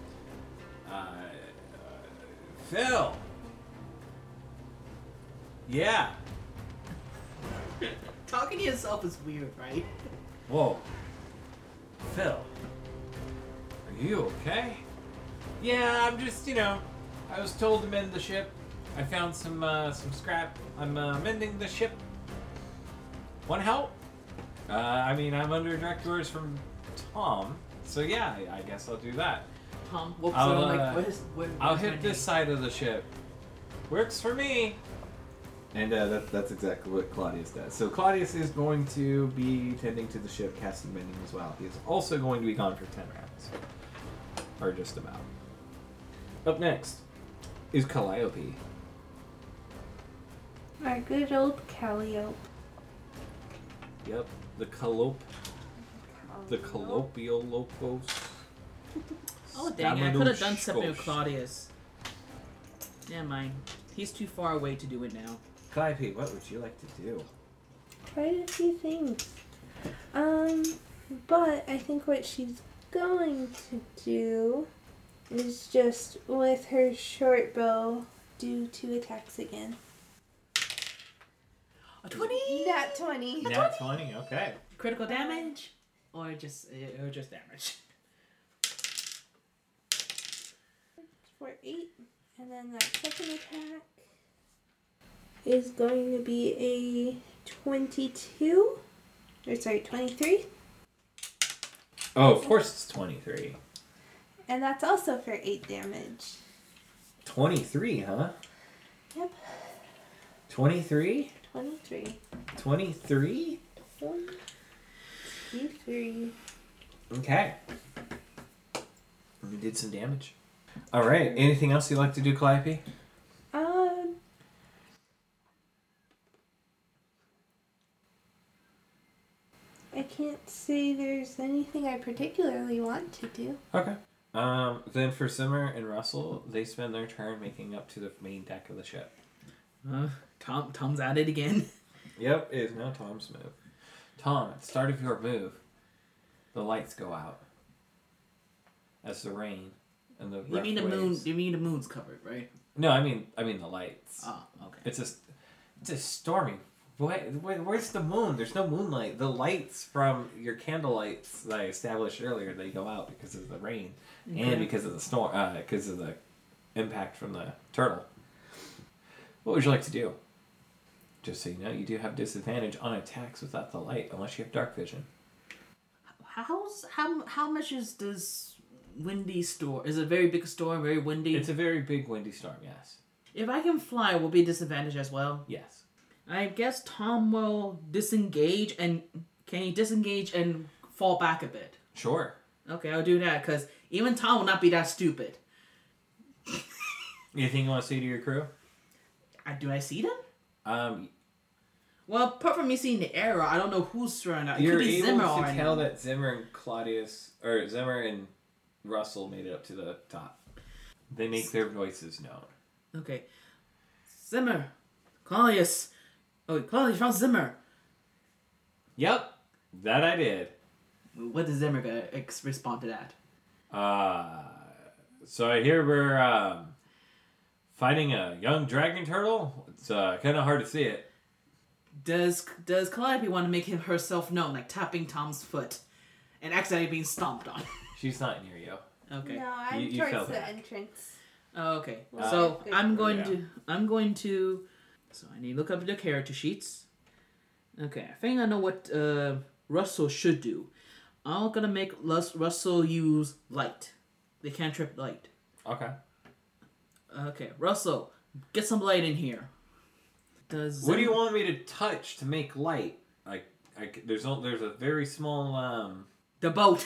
Speaker 2: Uh, uh, Phil! Yeah!
Speaker 4: Talking to yourself is weird, right?
Speaker 2: Whoa. Phil. Are you okay? Yeah, I'm just, you know, I was told to mend the ship. I found some uh, some scrap. I'm uh, mending the ship. Want help? Uh, I mean, I'm under direct orders from Tom. So yeah, I- I guess I'll do that.
Speaker 4: Tom whoops
Speaker 2: I'll,
Speaker 4: up,
Speaker 2: uh,
Speaker 4: like, what is what,
Speaker 2: I'll
Speaker 4: what's my
Speaker 2: hit this
Speaker 4: name?
Speaker 2: side of the ship. Works for me.
Speaker 5: And uh, that, that's exactly what Claudius does. So Claudius is going to be tending to the ship, casting mending as well. He is also going to be gone for 10 rounds. Or just about. Up next is Calliope.
Speaker 3: Our good old Calliope.
Speaker 5: Yep. The Callop, the Collopial Locos.
Speaker 4: [laughs] Oh dang it, I could have done something with
Speaker 5: Stamodoskos.
Speaker 4: Claudius. Never mind. He's too far away to do it now.
Speaker 5: Calliope, what would you like to do?
Speaker 3: Quite a few things. Um, but I think what she's going to do is just with her short bow do two attacks again.
Speaker 4: A 20
Speaker 3: Nat 20.
Speaker 2: Nat 20, okay.
Speaker 4: critical damage or just uh, or just [laughs] damage.
Speaker 3: For 8. And then that second attack is going to be a 22. Or sorry, 23.
Speaker 2: Oh, of course it's 23.
Speaker 3: And that's also for 8 damage.
Speaker 5: 23, huh?
Speaker 3: Yep,
Speaker 5: 23?
Speaker 3: 23.
Speaker 5: 23?
Speaker 3: One, two, three.
Speaker 5: Okay.
Speaker 2: We did some damage. All right. Anything else you'd like to do, Calliope?
Speaker 3: Um. I can't say there's anything I particularly want to do.
Speaker 2: Okay. Um, then for Simmer and Russell, they spend their turn making up to the main deck of the ship.
Speaker 4: Uh, Tom Tom's at it again.
Speaker 2: Yep, it is now Tom's move. Tom, at the start of your move, the lights go out as the rain and the.
Speaker 4: [laughs] You
Speaker 2: rough
Speaker 4: mean the moon?
Speaker 2: waves-
Speaker 4: You mean the moon's covered, right?
Speaker 2: No, I mean I mean the lights.
Speaker 4: Oh, okay.
Speaker 2: It's a, it's a stormy. Wait, wait, where's the moon? There's no moonlight. The lights from your candle lights that I established earlier they go out because of the rain
Speaker 4: Okay.
Speaker 2: and because of the storm, uh, because of the impact from the turtle. What would you like to do? Just so you know, you do have disadvantage on attacks without the light unless you have dark vision.
Speaker 4: How's how how much is this windy storm? Is it a very big storm? Very windy.
Speaker 2: It's a very big windy storm. Yes,
Speaker 4: if I can fly, will be disadvantage as well.
Speaker 2: yes.
Speaker 4: I guess Tom will disengage and can he disengage and fall back a bit?
Speaker 2: Sure.
Speaker 4: Okay, I'll do that because even Tom will not be that stupid.
Speaker 2: Anything you want to say to your crew?
Speaker 4: I, do I see them?
Speaker 2: Um,
Speaker 4: Well, apart from me seeing the arrow, I don't know who's throwing that. It
Speaker 2: You're
Speaker 4: could be
Speaker 2: able
Speaker 4: Zimmer
Speaker 2: to
Speaker 4: already.
Speaker 2: tell that Zimmer and Claudius or Zimmer and Russell made it up to the top. They make their voices known.
Speaker 4: Okay. Zimmer. Claudius. Oh, Claudius found Zimmer.
Speaker 2: Yep, that I did.
Speaker 4: What does Zimmer gonna ex- respond to that?
Speaker 2: Uh, so I hear we're um, fighting a young dragon turtle. It's uh, kind of hard to see it.
Speaker 4: Does does Calliope want to make him herself known, like tapping Tom's foot and accidentally being stomped on?
Speaker 2: She's not near you.
Speaker 4: okay.
Speaker 3: No, I'm
Speaker 2: You- you fell
Speaker 3: towards the
Speaker 2: back.
Speaker 3: entrance.
Speaker 4: Oh, okay.
Speaker 3: Well,
Speaker 4: so
Speaker 3: good.
Speaker 4: I'm going
Speaker 2: Yeah.
Speaker 4: to I'm going to So I need to look up the character sheets. Okay, I think I know what uh, Russell should do. I'm gonna make Lus- Russell use light, the cantrip light.
Speaker 2: Okay.
Speaker 4: Okay, Russell, get some light in here. Does
Speaker 2: What do you want me to touch to make light? Like, I c there's no, there's a very small um.
Speaker 4: The boat.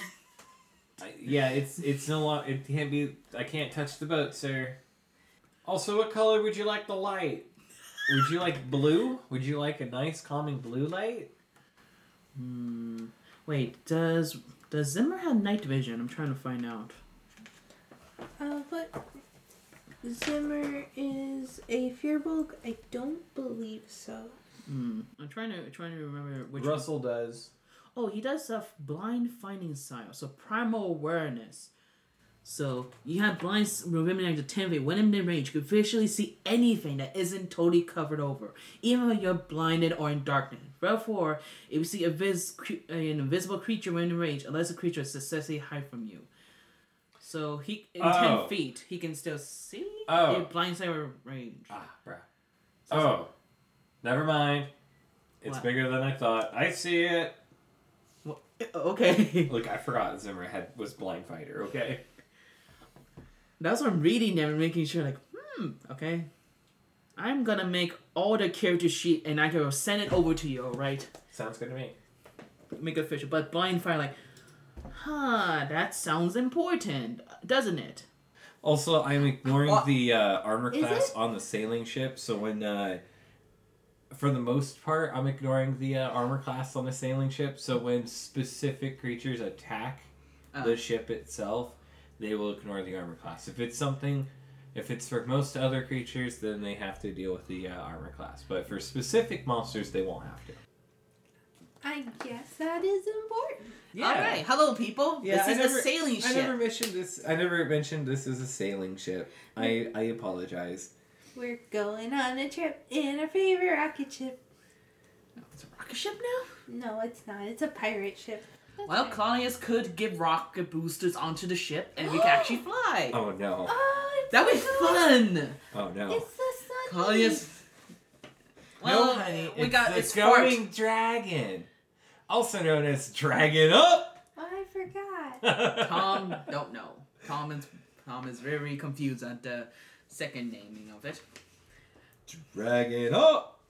Speaker 2: I, yeah, it's it's no long. It can't be. I can't touch the boat, sir. Also, what color would you like the light? Would you like blue? Would you like a nice calming blue light?
Speaker 4: Hmm. Wait, does does Zimmer have night vision? I'm trying to find out.
Speaker 3: Uh, but Zimmer is a fearbulk. I don't believe so.
Speaker 4: Hmm. I'm trying to trying to remember which. one-
Speaker 5: Russell does.
Speaker 4: Oh, he does have blind finding sight, so primal awareness. So you have blind illuminating the ten feet. When in mid range, you can visually see anything that isn't totally covered over, even when you're blinded or in darkness. Therefore, if you see a vis- cre- uh, an invisible creature within range, unless the creature is successfully hide from you. So he in
Speaker 2: Oh.
Speaker 4: ten feet, he can still see.
Speaker 2: Oh.
Speaker 4: in blind sight range.
Speaker 2: Ah, bruh. Oh, never mind. It's
Speaker 4: What?
Speaker 2: bigger than I thought. I see it.
Speaker 4: Well,
Speaker 2: Uh, [laughs]
Speaker 4: okay,
Speaker 2: Look, I forgot Zimmer had was blind fighter. Okay.
Speaker 4: That's what I'm reading them and making sure, like, hmm, okay. I'm gonna make all the character sheet and I can send it over to you, alright?
Speaker 2: Sounds good to me.
Speaker 4: Make it official. But Blind Fire, like, huh, that sounds important, doesn't it?
Speaker 2: Also, I'm ignoring
Speaker 4: What?
Speaker 2: the uh, armor
Speaker 3: Is
Speaker 2: class
Speaker 3: it?
Speaker 2: on the sailing ship. So when, uh, for the most part, I'm ignoring the uh, armor class on the sailing ship. So when specific creatures attack
Speaker 4: Oh.
Speaker 2: the ship itself, they will ignore the armor class. If it's something, if it's for most other creatures, then they have to deal with the uh, armor class. But for specific monsters, they won't have to.
Speaker 3: I guess that is important.
Speaker 4: Alright, hello, people.
Speaker 2: Yeah, I
Speaker 4: this is
Speaker 2: never-
Speaker 4: a sailing
Speaker 2: I
Speaker 4: ship.
Speaker 2: never mentioned this. I never mentioned this is a sailing ship. I I apologize.
Speaker 3: We're going on a trip in our favorite rocket ship.
Speaker 4: It's a rocket ship now?
Speaker 3: No, it's not. It's a pirate ship. That's
Speaker 4: Well,
Speaker 3: right.
Speaker 4: Claudius could give rocket boosters onto the ship and we can [gasps] actually fly.
Speaker 2: Oh no!
Speaker 3: oh, it's
Speaker 4: That'd be
Speaker 3: so-
Speaker 4: fun!
Speaker 2: Oh no!
Speaker 3: It's the sun.
Speaker 4: Claudius. Well, we got it's
Speaker 2: going
Speaker 4: forked.
Speaker 2: dragon, also known as Dragon Up. [laughs]
Speaker 3: Oh, I forgot. [laughs]
Speaker 4: Tom don't know. Tom is Tom is very confused at the second naming of it.
Speaker 2: Dragon Up.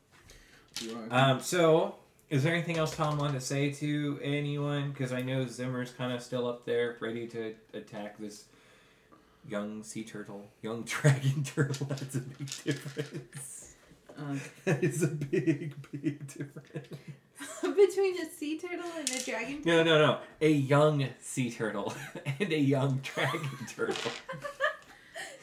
Speaker 4: You are-
Speaker 2: Um. So, is there anything else Tom wanted to say to anyone? Because I know Zimmer's kind of still up there, ready to attack this young sea turtle, young [laughs] dragon turtle. That's a big difference.
Speaker 4: um,
Speaker 2: That is a big, big difference.
Speaker 3: Between a sea turtle and a dragon.
Speaker 2: No, no, no. A young sea turtle [laughs] and a young dragon turtle.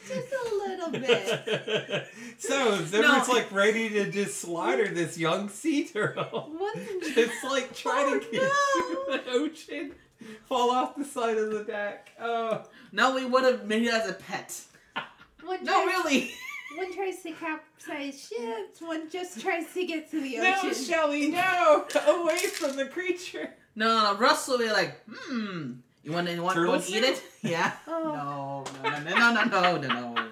Speaker 3: Just a little bit.
Speaker 2: so Zimmer's
Speaker 4: No.
Speaker 2: like ready to just slaughter this young sea
Speaker 4: [laughs]
Speaker 2: turtle.
Speaker 3: What?
Speaker 2: It's like trying to get
Speaker 3: Oh,
Speaker 2: through the ocean, fall off the side of the deck. Oh,
Speaker 4: no, we would have made it as a pet.
Speaker 3: One
Speaker 4: No,
Speaker 3: tries,
Speaker 4: really.
Speaker 3: One tries to capsize ships. One just tries to get to the
Speaker 2: no,
Speaker 3: ocean.
Speaker 2: Shelly, no! Away from the creature.
Speaker 4: No, no, Russell would be like, hmm. You want anyone
Speaker 2: Turtle
Speaker 4: to eat it? Yeah.
Speaker 3: oh,
Speaker 4: No, no, no, no, no, no, no, no,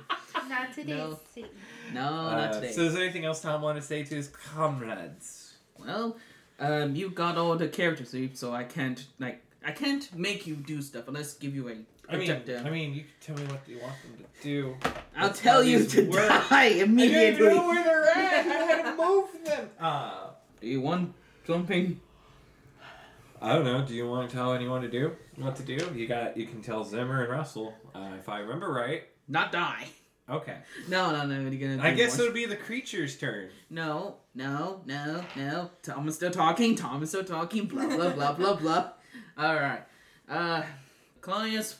Speaker 3: not today,
Speaker 4: No.
Speaker 3: Satan. [gasps]
Speaker 4: no,
Speaker 2: Uh,
Speaker 4: not today.
Speaker 2: So, is there anything else Tom wanted to say to his comrades?
Speaker 4: Well, um, you got all the characters, see, so I can't like I can't make you do stuff unless give you a
Speaker 2: I mean,
Speaker 4: objective.
Speaker 2: I mean, you can tell me what you want them to do.
Speaker 4: I'll
Speaker 2: that's
Speaker 4: tell
Speaker 2: how
Speaker 4: you
Speaker 2: these
Speaker 4: to
Speaker 2: work.
Speaker 4: die immediately.
Speaker 2: where they're at. I had to move
Speaker 4: [laughs]
Speaker 2: them. Uh,
Speaker 4: Do you want something?
Speaker 2: I don't know. Do you want to tell anyone to do what to do? You got. You can tell Zimmer and Russell uh, if I remember right.
Speaker 4: Not die.
Speaker 2: Okay.
Speaker 4: No, no, no. You're gonna
Speaker 2: I
Speaker 4: do
Speaker 2: guess it
Speaker 4: more.
Speaker 2: would be the creature's turn.
Speaker 4: No, no, no, no. Tom is still talking. Tom is still talking. Blah blah blah
Speaker 2: [laughs]
Speaker 4: blah blah. All right. Uh, Claudius,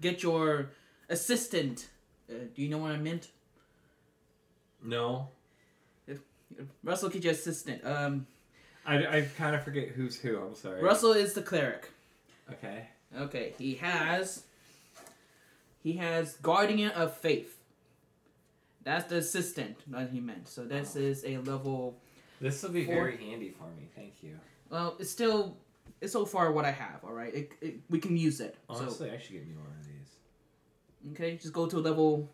Speaker 4: get your assistant. Uh, do you know what I meant?
Speaker 2: No,
Speaker 4: Russell, get your assistant. Um,
Speaker 2: I, I kind of forget who's who. I'm sorry.
Speaker 4: Russell is the cleric.
Speaker 2: Okay.
Speaker 4: Okay, he has. He has Guardian of Faith. That's the assistant that he meant. So
Speaker 2: Oh.
Speaker 4: this is a level.
Speaker 2: This will be
Speaker 4: Four.
Speaker 2: very handy for me. Thank you.
Speaker 4: Well, it's still. It's so far what I have. All right, it, it, we can use it. so
Speaker 2: Honestly, I should get me one of these.
Speaker 4: Okay, just go to level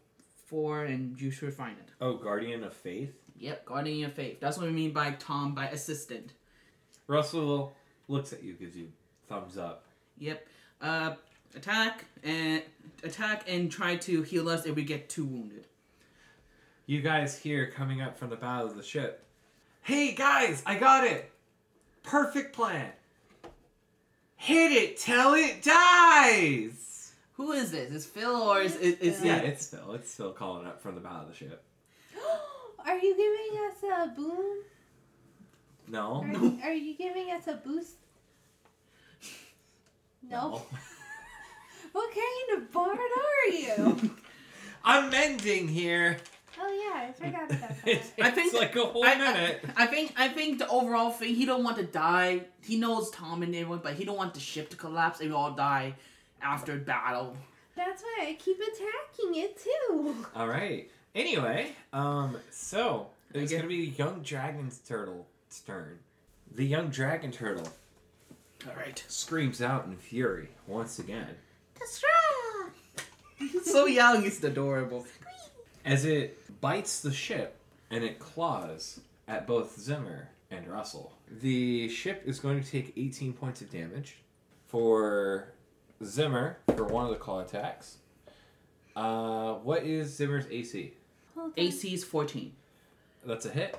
Speaker 4: four and you should find it.
Speaker 2: Oh, Guardian of Faith.
Speaker 4: Yep, guardian of faith. That's what we mean by Tom, by assistant.
Speaker 2: Russell looks at you, gives you thumbs up.
Speaker 4: Yep. Uh, attack and attack and try to heal us if we get too wounded.
Speaker 2: You guys here coming up from the bow of the ship. Hey guys, I got it! Perfect plan! Hit it till it dies!
Speaker 4: Who is this? Is Phil or is is, is
Speaker 2: Yeah,
Speaker 4: it?
Speaker 2: it's Phil. It's Phil calling up from the bow of the ship.
Speaker 3: Are you giving us a boom?
Speaker 2: No?
Speaker 3: Are you, are you giving us a boost? [laughs] No. [laughs] What kind of bard are you?
Speaker 2: [laughs] I'm mending here!
Speaker 3: [laughs] oh yeah, I forgot about
Speaker 2: It's,
Speaker 3: that.
Speaker 4: I think-
Speaker 2: like a whole
Speaker 4: I,
Speaker 2: minute.
Speaker 4: I, I think I think the overall thing he don't want to die. He knows Tom and everyone, but he don't want the ship to collapse and we all die after battle.
Speaker 3: [laughs] That's why I keep attacking it too.
Speaker 2: All right. Anyway, um, so it's
Speaker 4: Okay.
Speaker 2: gonna be young dragon's turtle turn. The young dragon turtle
Speaker 4: All right.
Speaker 2: screams out in fury once again
Speaker 4: [laughs] so young, it's adorable.
Speaker 2: as it bites the ship and it claws at both Zimmer and Russell. The ship is going to take 18 points of damage for Zimmer for one of the claw attacks. Uh, what is Zimmer's AC?
Speaker 3: Hold on.
Speaker 4: AC is fourteen.
Speaker 2: That's a hit.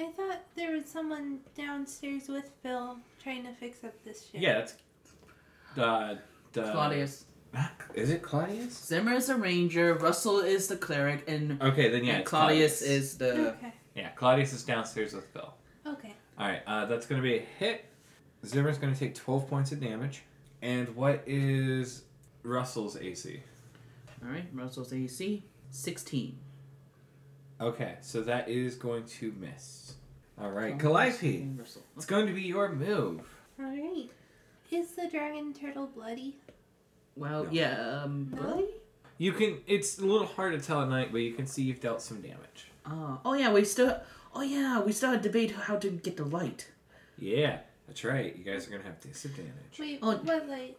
Speaker 3: I thought there was someone downstairs with Phil trying to fix up this ship.
Speaker 2: Yeah, that's. Uh, the-
Speaker 4: Claudius.
Speaker 2: Is it Claudius?
Speaker 4: Zimmer is a ranger. Russell is the cleric, and,
Speaker 2: Okay, then yeah.
Speaker 4: and
Speaker 2: it's
Speaker 4: Claudius, is the.
Speaker 3: Okay.
Speaker 2: Yeah, Claudius is downstairs with Phil.
Speaker 3: Okay.
Speaker 2: All right, uh, that's going to be a hit. Zimmer's going to take 12 points of damage. And what is Russell's AC?
Speaker 4: All right, Russell's AC sixteen.
Speaker 2: Okay, so that is going to miss. All right,
Speaker 4: Claudius
Speaker 2: Calliope,
Speaker 4: and Russell.
Speaker 2: it's going to be your move.
Speaker 3: All right. Is the dragon turtle bloody?
Speaker 4: Well,
Speaker 2: No.
Speaker 4: yeah. Um,
Speaker 3: Bloody?
Speaker 2: You can. It's a little hard to tell at night, but you can see you've dealt some damage.
Speaker 4: Uh, oh yeah, we still. Oh yeah, we still had debate how to get the light.
Speaker 2: Yeah, that's right. You guys are going to have disadvantage.
Speaker 3: Wait,
Speaker 4: Oh.
Speaker 3: what light?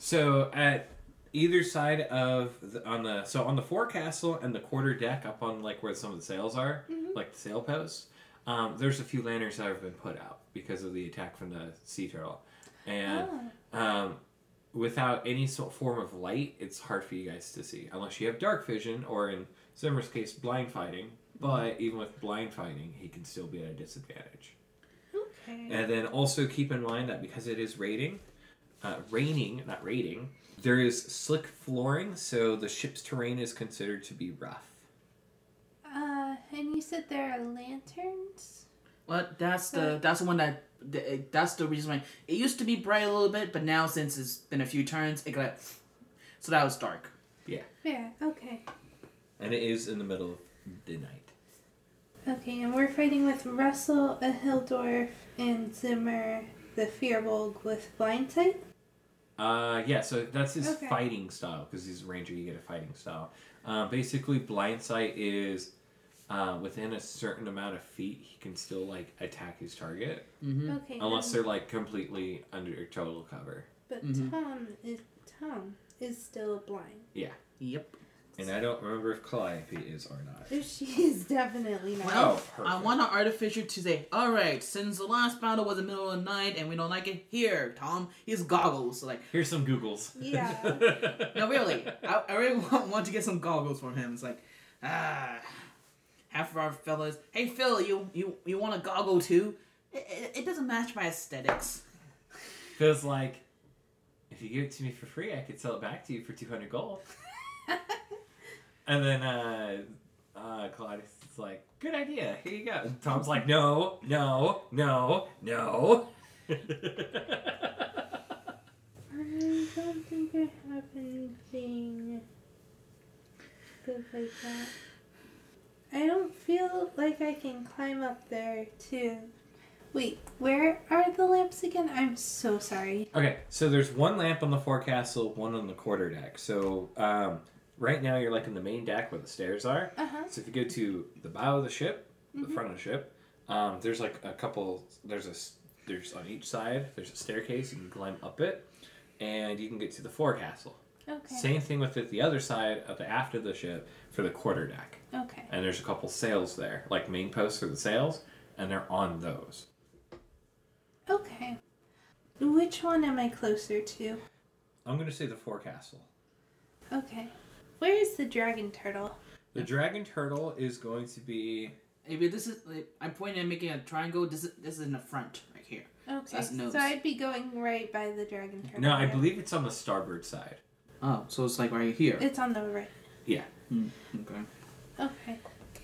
Speaker 2: So at either side of the, on the so on the forecastle and the quarter deck up on like where some of the sails are,
Speaker 3: Mhm.
Speaker 2: like the sail posts, um, there's a few lanterns that have been put out because of the attack from the sea turtle, and
Speaker 3: Oh.
Speaker 2: um, without any sort form of light, it's hard for you guys to see unless you have dark vision or in Zimmer's case blind fighting. But even with blind fighting, he can still be at a disadvantage.
Speaker 3: Oh, Okay.
Speaker 2: And then also keep in mind that because it is raiding, uh, raining, not raiding, there is slick flooring, so the ship's terrain is considered to be rough.
Speaker 3: Uh, and you said there are lanterns?
Speaker 4: Well, that's the that's the one that the, it- that's the reason why it used to be bright a little bit, but now since it's been a few turns, it got so that was dark.
Speaker 3: Yeah, okay.
Speaker 2: And it is in the middle of the night.
Speaker 3: Okay, and we're fighting with Russell, a Hildorf, and Zimmer, the Fearbolg with blindsight.
Speaker 2: Uh, yeah, so that's his
Speaker 3: Okay.
Speaker 2: fighting style, because he's a ranger, you get a fighting style. Uh, basically, blindsight is uh, within a certain amount of feet, he can still, like, attack his target,
Speaker 4: Mm-hmm.
Speaker 3: Okay.
Speaker 2: unless
Speaker 3: um,
Speaker 2: they're, like, completely under total cover.
Speaker 3: but
Speaker 4: Mhm.
Speaker 3: Tom is Tom is still blind. [laughs]
Speaker 4: Yep.
Speaker 2: And I don't remember if Calliope is or not.
Speaker 3: She is definitely not.
Speaker 4: Well,
Speaker 2: Oh, perfect.
Speaker 4: I want an artificer to say, all right, since the last battle was the middle of the night and we don't like it, here, Tom, here's goggles. Like,
Speaker 2: Here's some Googles. [laughs]
Speaker 3: Yeah.
Speaker 4: no, really, I, I really want, want to get some goggles from him. It's like, ah, half of our fellas, hey Phil, you you you want a goggle too? It, it, it doesn't match my aesthetics.
Speaker 2: Feels like if you give it to me for free, I could sell it back to you for 200
Speaker 4: [laughs]
Speaker 2: gold. and then uh, uh, Claudius is like, good idea, here you go. And Tom's like, no, no, no, no.
Speaker 4: [laughs]
Speaker 3: I don't think I have anything good like that. I don't feel like I can climb up there too. Wait, where are the lamps again? I'm so sorry.
Speaker 2: okay, so there's one lamp on the forecastle, one on the quarter deck. So um, right now you're like in the main deck where the stairs are.
Speaker 3: Uh huh.
Speaker 2: So if you go to the bow of the ship,
Speaker 3: Mm-hmm.
Speaker 2: the front of the ship, um, there's like a couple. There's a s- there's on each side. There's a staircase. You can climb up it, and you can get to the forecastle.
Speaker 3: Okay.
Speaker 2: Same thing with it the other side of the aft of the ship for the quarter deck.
Speaker 3: Okay.
Speaker 2: And there's a couple sails there, like main posts for the sails, and they're on those.
Speaker 3: Okay. Which one am I closer to?
Speaker 2: I'm going to say the forecastle.
Speaker 3: Okay. Where is the dragon turtle?
Speaker 2: The dragon turtle is going to be
Speaker 4: Maybe this is. Like, I'm pointing at making a triangle. This is this is in the front right here.
Speaker 3: Okay.
Speaker 4: that's nose.
Speaker 3: So I'd be going right by the dragon turtle.
Speaker 2: No, I
Speaker 3: yeah.
Speaker 2: believe it's on the starboard side.
Speaker 4: Oh, so it's like right here.
Speaker 3: It's on the right.
Speaker 2: Yeah.
Speaker 4: okay.
Speaker 3: Okay.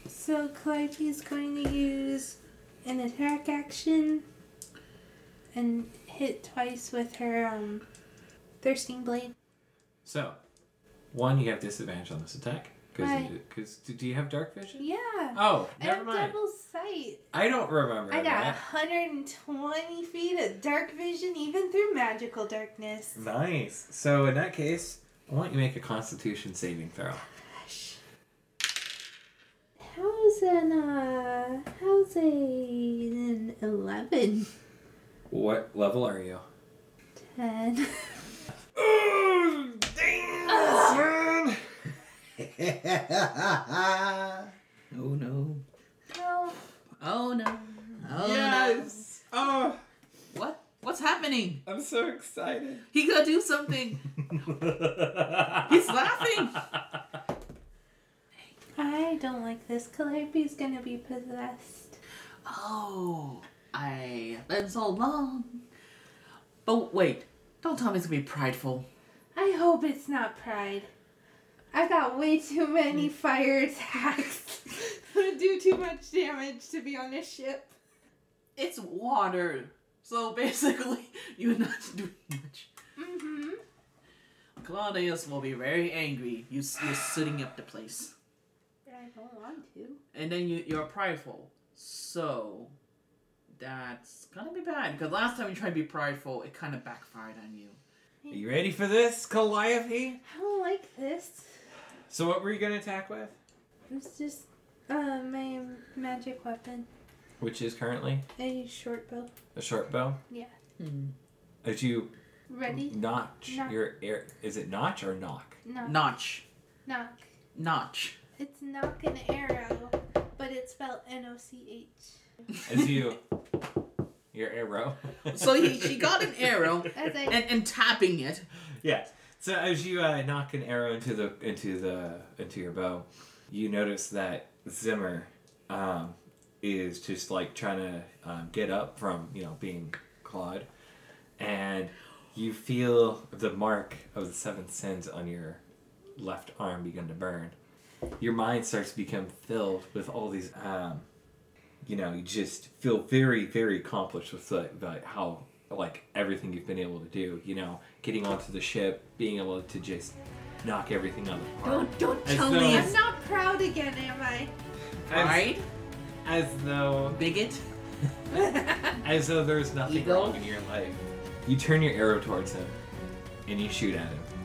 Speaker 3: So Calliope is going to use an attack action and hit twice with her um thirsting blade.
Speaker 2: So, one, you have disadvantage on this attack.
Speaker 3: Why?
Speaker 2: Because do you have dark vision?
Speaker 3: Yeah.
Speaker 2: Oh,
Speaker 3: and
Speaker 2: never mind.
Speaker 3: double sight.
Speaker 2: I don't remember.
Speaker 3: I
Speaker 2: that.
Speaker 3: got 120 feet of dark vision even through magical darkness.
Speaker 2: Nice. So in that case, I want you to make a Constitution saving throw.
Speaker 3: Gosh. How's an uh how's a an 11
Speaker 2: What level are you?
Speaker 3: [laughs] 10
Speaker 2: Oh, [laughs] damn,
Speaker 5: yes.
Speaker 4: Oh no.
Speaker 3: no
Speaker 4: Oh no. Oh
Speaker 5: Oh,
Speaker 4: no. What? What's happening?
Speaker 5: I'm so excited.
Speaker 4: [laughs] He gonna do something. He's
Speaker 2: He's
Speaker 4: laughing.
Speaker 3: I don't like this. Calliope's gonna be possessed.
Speaker 4: Oh, I been so long. But wait, don't tell me it's gonna be prideful.
Speaker 3: I hope it's not pride. I got way too many fire [laughs] attacks. Would Mm. do too much damage to be on a ship.
Speaker 4: It's water. So basically, [laughs] you're not doing much.
Speaker 3: Mm-hmm.
Speaker 4: Claudius will be very angry. You, s- you're sitting up the place.
Speaker 3: I don't want to.
Speaker 4: And then you, you're prideful. So that's gonna be bad. Because last time you tried to be prideful, it kind of backfired on you.
Speaker 2: Are you ready for this, Calliope?
Speaker 3: I don't like this.
Speaker 2: So what were you gonna attack with?
Speaker 3: It's just uh, my magic weapon,
Speaker 2: Which is currently
Speaker 3: a short bow.
Speaker 2: a short bow.
Speaker 4: Hmm.
Speaker 2: Did you
Speaker 3: Ready?
Speaker 2: notch
Speaker 3: Knock.
Speaker 2: your air? Is it notch or knock?
Speaker 3: Mm. Knock.
Speaker 4: Notch.
Speaker 3: Knock.
Speaker 4: Notch.
Speaker 3: It's knock an arrow, but it's spelled N O C H.
Speaker 2: As you [laughs] your arrow.
Speaker 4: [laughs] So he, she got an arrow
Speaker 3: As I
Speaker 4: and, and tapping it.
Speaker 2: [laughs] Yes. So as you uh, knock an arrow into the into the into your bow, you notice that Zimmer um, is just like trying to um, get up from you know being clawed, and you feel the mark of the seven sins on your left arm begin to burn. Your mind starts to become filled with all these, um, you know, you just feel very very accomplished with like, like how like everything you've been able to do. You know, getting onto the ship, being able to just knock everything out of the park.
Speaker 4: Don't, don't
Speaker 2: As
Speaker 4: tell
Speaker 2: though-
Speaker 4: me.
Speaker 3: I'm not proud again, am I?
Speaker 2: As-
Speaker 4: Right?
Speaker 2: as though
Speaker 4: [laughs] Bigot.
Speaker 2: As though there's nothing
Speaker 4: Ego?
Speaker 2: wrong in your life. You turn your arrow towards him, and you shoot at him.